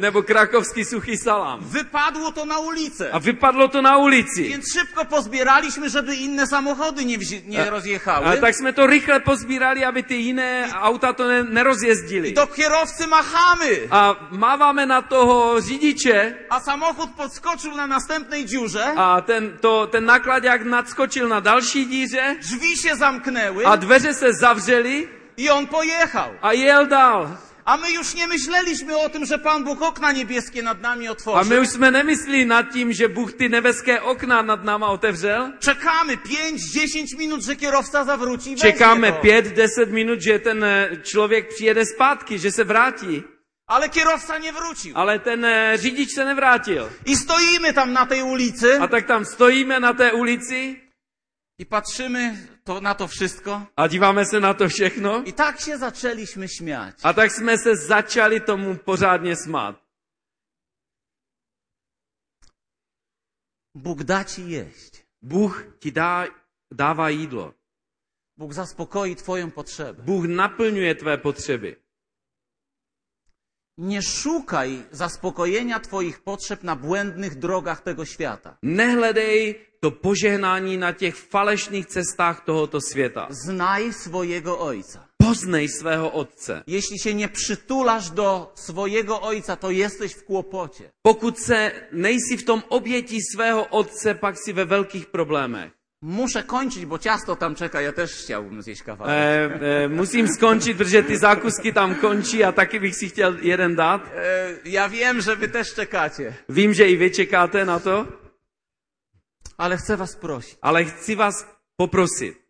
[SPEAKER 2] nebo krakovský suchý salám.
[SPEAKER 1] Wypadło to na
[SPEAKER 2] A
[SPEAKER 1] ulicę.
[SPEAKER 2] vypadlo to na ulici.
[SPEAKER 1] Więc szybko pozbieraliśmy, żeby inne samochody nie, wzi- nie
[SPEAKER 2] A
[SPEAKER 1] rozjechały.
[SPEAKER 2] tak jsme to rychle pozbírali, aby ty jiné auta to ne- nerozjezdili.
[SPEAKER 1] Do kierowcy machamy,
[SPEAKER 2] A máváme na toho řidiče
[SPEAKER 1] a samochód podskoczył na następnej dziurze,
[SPEAKER 2] a ten, to, ten nakladák nadskočil na další díře
[SPEAKER 1] drzwi się zamknęły
[SPEAKER 2] a dveře se zavřely
[SPEAKER 1] i on pojechał.
[SPEAKER 2] a jel dál.
[SPEAKER 1] A my już nie myśleliśmy o tym, że Pan Bóg okna niebieskie nad nami
[SPEAKER 2] A my
[SPEAKER 1] otworzy.
[SPEAKER 2] už jsme nemysleli nad tím, že Bůh ty nebeské okna nad náma otevřel.
[SPEAKER 1] Czekamy 5-10 minut, że kierowca zawróci. i weźmie
[SPEAKER 2] Čekáme
[SPEAKER 1] to.
[SPEAKER 2] pět, deset minut, že ten eh, člověk přijede zpátky, že se vrátí.
[SPEAKER 1] Ale kierowca nie wrócił.
[SPEAKER 2] Ale ten eh, řidič se nevrátil.
[SPEAKER 1] I stoimy tam na tej ulicy
[SPEAKER 2] A tak tam stojíme na té ulici
[SPEAKER 1] i patrzymy to, na to wszystko.
[SPEAKER 2] a díváme se na to všechno.
[SPEAKER 1] I tak się zaczęliśmy śmiać.
[SPEAKER 2] A tak jsme se začali tomu pořádně smát.
[SPEAKER 1] Bóg da ci jeść.
[SPEAKER 2] Bůh ti dá, dává jídlo.
[SPEAKER 1] Bóg zaspokoi Twoją potrzebę.
[SPEAKER 2] Bůh naplňuje tvé potřeby.
[SPEAKER 1] Nie szukaj zaspokojenia Twoich potrzeb na błędnych drogach tego świata.
[SPEAKER 2] Nehledej to požehnání na těch falešných cestách tohoto světa.
[SPEAKER 1] Znaj swojego Ojca.
[SPEAKER 2] Poznej svého otce.
[SPEAKER 1] Jeśli się nie przytulasz do swojego Ojca, to jesteś w kłopocie.
[SPEAKER 2] Pokud se nejsi v tom obětí svého otce, pak si ve velkých problémech.
[SPEAKER 1] Muszę kończyć, bo ciasto tam czeka, ja też chciałbym zjeść
[SPEAKER 2] E,
[SPEAKER 1] kawałek.
[SPEAKER 2] e, musím skončit, protože ty zákusky tam končí a taky bych si chtěl jeden dát.
[SPEAKER 1] E, ja wiem, że wy też czekacie,
[SPEAKER 2] Vím, že i vy čekáte na to,
[SPEAKER 1] ale chcę was prosić.
[SPEAKER 2] ale chci vás poprosit.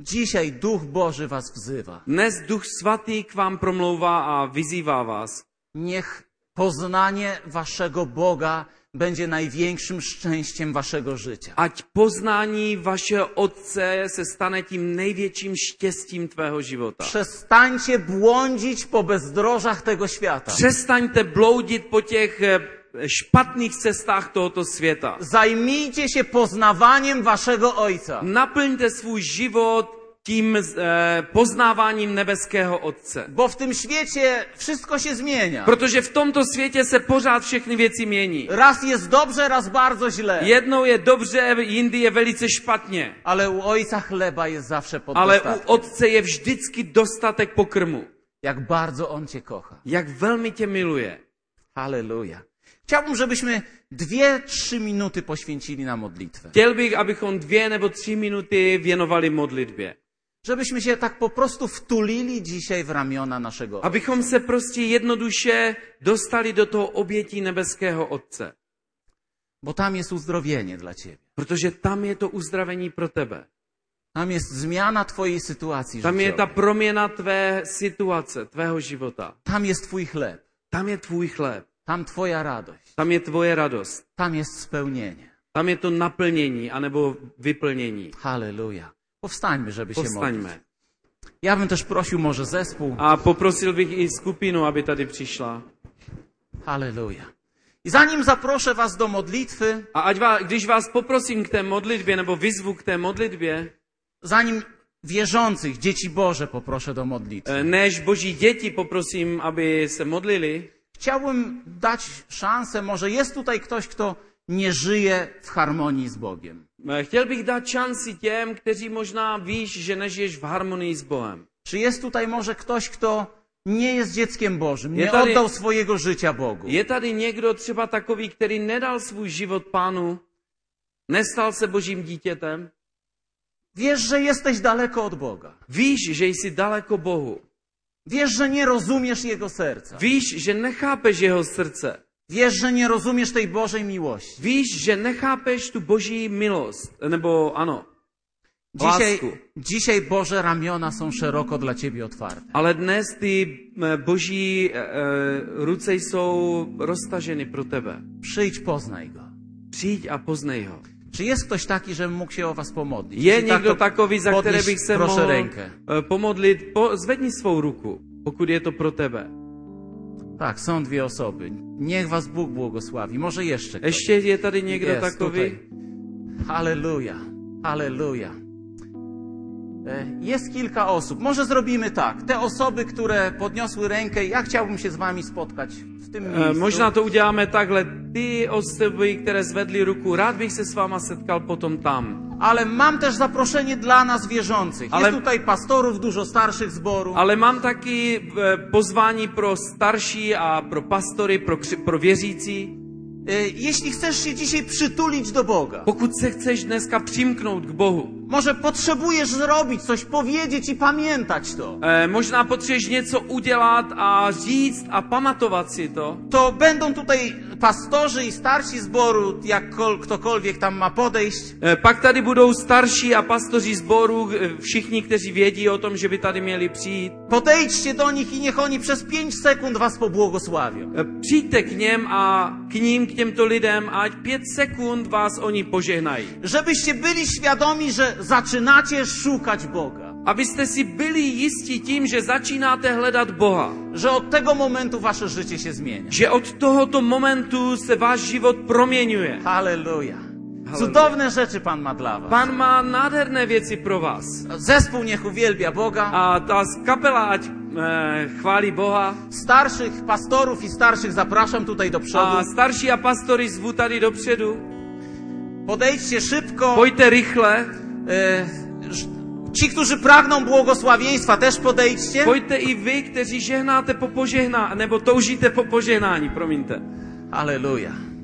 [SPEAKER 1] Dzisiaj Duch Boży was wzywa.
[SPEAKER 2] Dnes Duch Svatý k vám promlouvá a vyzývá vás.
[SPEAKER 1] Niech poznanie waszego Boga będzie największym szczęściem waszego życia.
[SPEAKER 2] Ať poznání vašeho Otce se stane tím největším štěstím tvého života.
[SPEAKER 1] Przestańcie błądzić po bezdrożach tego świata.
[SPEAKER 2] Přestaňte bloudit po těch eh, špatných cestách tohoto světa.
[SPEAKER 1] Zajmijcie się poznawaniem waszego Ojca.
[SPEAKER 2] Naplňte svůj život tím eh, poznáváním nebeského Otce.
[SPEAKER 1] Bo w tym świecie wszystko się zmienia.
[SPEAKER 2] Protože v tomto světě se pořád všechny věci mění.
[SPEAKER 1] Raz jest dobrze, raz bardzo źle.
[SPEAKER 2] Jednou je dobře, jindy je velice špatně.
[SPEAKER 1] Ale u ojca chleba jest zawsze pod
[SPEAKER 2] Ale u
[SPEAKER 1] dostatkiem.
[SPEAKER 2] Otce je vždycky dostatek pokrmu.
[SPEAKER 1] Jak bardzo on cię kocha.
[SPEAKER 2] Jak velmi tě miluje.
[SPEAKER 1] Halleluja. Chciałbym, żebyśmy dwie, trzy minuty poświęcili na modlitwę.
[SPEAKER 2] Chtěl bych, abychom dvě nebo tři minuty věnovali modlitbě.
[SPEAKER 1] Żebyśmy się tak po prostu wtulili dzisiaj w ramiona naszego. Ojca.
[SPEAKER 2] Abychom se prostě jednoduše dostali do toho obětí nebeského Otce.
[SPEAKER 1] Bo tam jest uzdrowienie dla ciebie.
[SPEAKER 2] Protože tam je to uzdravení pro tebe.
[SPEAKER 1] Tam jest zmiana twojej sytuacji
[SPEAKER 2] Tam je ta
[SPEAKER 1] życiowej.
[SPEAKER 2] proměna tvé situace, tvého života.
[SPEAKER 1] Tam jest twój chleb.
[SPEAKER 2] Tam je tvůj chléb.
[SPEAKER 1] Tam twoja radość.
[SPEAKER 2] Tam je tvoje radost.
[SPEAKER 1] Tam jest spełnienie.
[SPEAKER 2] Tam je to naplnění, anebo vyplnění.
[SPEAKER 1] Halleluja. Powstańmy, żeby się modlić.
[SPEAKER 2] Povstaňme.
[SPEAKER 1] Ja bym też prosił może zespół.
[SPEAKER 2] A poprosil bych i skupinu, aby tady přišla.
[SPEAKER 1] Halleluja. I zanim zaproszę was do modlitwy,
[SPEAKER 2] A ať vás, když vás poprosím k té modlitbě nebo vyzvu k té modlitbě,
[SPEAKER 1] zanim wierzących, dzieci Boże poproszę do modlitwy,
[SPEAKER 2] eh, než boží děti poprosím, aby se modlili,
[SPEAKER 1] chciałbym dać szansę, może jest tutaj ktoś, kto nie żyje w harmonii z Bogiem.
[SPEAKER 2] eh, chtěl bych dát šanci těm, kteří možná víš, že nežiješ v harmonii s Bohem.
[SPEAKER 1] Czy jest tutaj może ktoś, kto nie jest dzieckiem Bożym, nie
[SPEAKER 2] Jest tady-
[SPEAKER 1] oddał swojego życia Bogu?
[SPEAKER 2] Je tady někdo třeba takový, který nedal svůj život pánu, nestal se božím dítětem,
[SPEAKER 1] Wiesz, że jesteś daleko od Boga.
[SPEAKER 2] víš, že jsi daleko Bohu,
[SPEAKER 1] Wiesz, że nie rozumiesz Jego serca.
[SPEAKER 2] víš, že nechápeš jeho srdce,
[SPEAKER 1] Wiesz, że nie rozumiesz tej Bożej miłości.
[SPEAKER 2] víš, že nechápeš tu boží milost, nebo ano,
[SPEAKER 1] Dzisiaj,
[SPEAKER 2] Łasku.
[SPEAKER 1] dzisiaj Boże ramiona są szeroko dla Ciebie otwarte.
[SPEAKER 2] Ale dnes ty eh, boží eh, eh, ruce jsou roztaženy pro tebe.
[SPEAKER 1] Przyjdź, poznaj Go.
[SPEAKER 2] Přijď a poznej ho.
[SPEAKER 1] Czy jest ktoś taki, żebym mógł się o Was pomodlić?
[SPEAKER 2] Je
[SPEAKER 1] Jeśli tak,
[SPEAKER 2] někdo
[SPEAKER 1] to
[SPEAKER 2] takový, za které
[SPEAKER 1] podnieś,
[SPEAKER 2] bych se
[SPEAKER 1] proszę
[SPEAKER 2] mohl
[SPEAKER 1] rękę.
[SPEAKER 2] eh, pomodlit? Po, zvedni svou ruku, pokud je to pro tebe.
[SPEAKER 1] Tak, są dwie osoby. Niech Was Bóg błogosławi. Może jeszcze ktoś.
[SPEAKER 2] Ještě je tady někdo
[SPEAKER 1] Jest,
[SPEAKER 2] takový?
[SPEAKER 1] tutaj. Halleluja, halleluja. E, Jest kilka osób. Może zrobimy tak. Te osoby, które podniosły rękę, ja chciałbym się z Wami spotkać w tym
[SPEAKER 2] Eh,
[SPEAKER 1] miejscu.
[SPEAKER 2] Možná to uděláme takhle. Ty osoby, které zvedly ruku, rád bych se s váma setkal potom tam.
[SPEAKER 1] Ale mam też zaproszenie dla nas wierzących.
[SPEAKER 2] Ale-
[SPEAKER 1] Jest tutaj pastorów, dużo starszych zboru.
[SPEAKER 2] Ale mám taky eh, pozvání pro starší a pro pastory, pro, kři- pro věřící.
[SPEAKER 1] E, Jeśli chcesz się dzisiaj przytulić do Boga,
[SPEAKER 2] Pokud se chceš dneska přimknout k Bohu,
[SPEAKER 1] może potrzebujesz zrobić coś, powiedzieć i pamiętać to,
[SPEAKER 2] eh, možná potřebuješ něco udělat a říct a pamatovat si to,
[SPEAKER 1] to będą tutaj pastorzy i starsi zboru, jak kol- ktokolwiek tam ma podejść.
[SPEAKER 2] eh, pak tady budou starší a pastoři sboru, eh, všichni, kteří vědí o tom, že by tady měli přijít. E,
[SPEAKER 1] Podejdźcie do nich i niech oni przez pięć sekund was pobłogosławią.
[SPEAKER 2] Eh, Přijďte k něm a k ním, k těmto lidem, a ať pět sekund vás oni požehnají.
[SPEAKER 1] Żebyście byli świadomi, że zaczynacie szukać Boga.
[SPEAKER 2] Abyste si byli jistí tím, že začínáte hledat Boha.
[SPEAKER 1] Że od tego momentu wasze życie się zmienia.
[SPEAKER 2] Že od tohoto momentu se váš život proměňuje.
[SPEAKER 1] Halleluja. Cudowne rzeczy Pan ma dla was.
[SPEAKER 2] Pán má nádherné věci pro vás.
[SPEAKER 1] Zespół niech uwielbia Boga.
[SPEAKER 2] A ta kapela ať e, chválí Boha.
[SPEAKER 1] Starszych pastorów i starszych zapraszam tutaj do
[SPEAKER 2] A
[SPEAKER 1] przodu.
[SPEAKER 2] starší a pastory zvu tady dopředu.
[SPEAKER 1] Podejdźcie szybko.
[SPEAKER 2] Pojďte rychle,
[SPEAKER 1] E, ż- Ci, którzy pragną błogosławieństwa, też podejdźcie.
[SPEAKER 2] pojďte i vy, kteří žehnáte po požehnání, nebo toužíte po požehnání, promiňte.
[SPEAKER 1] Halleluja.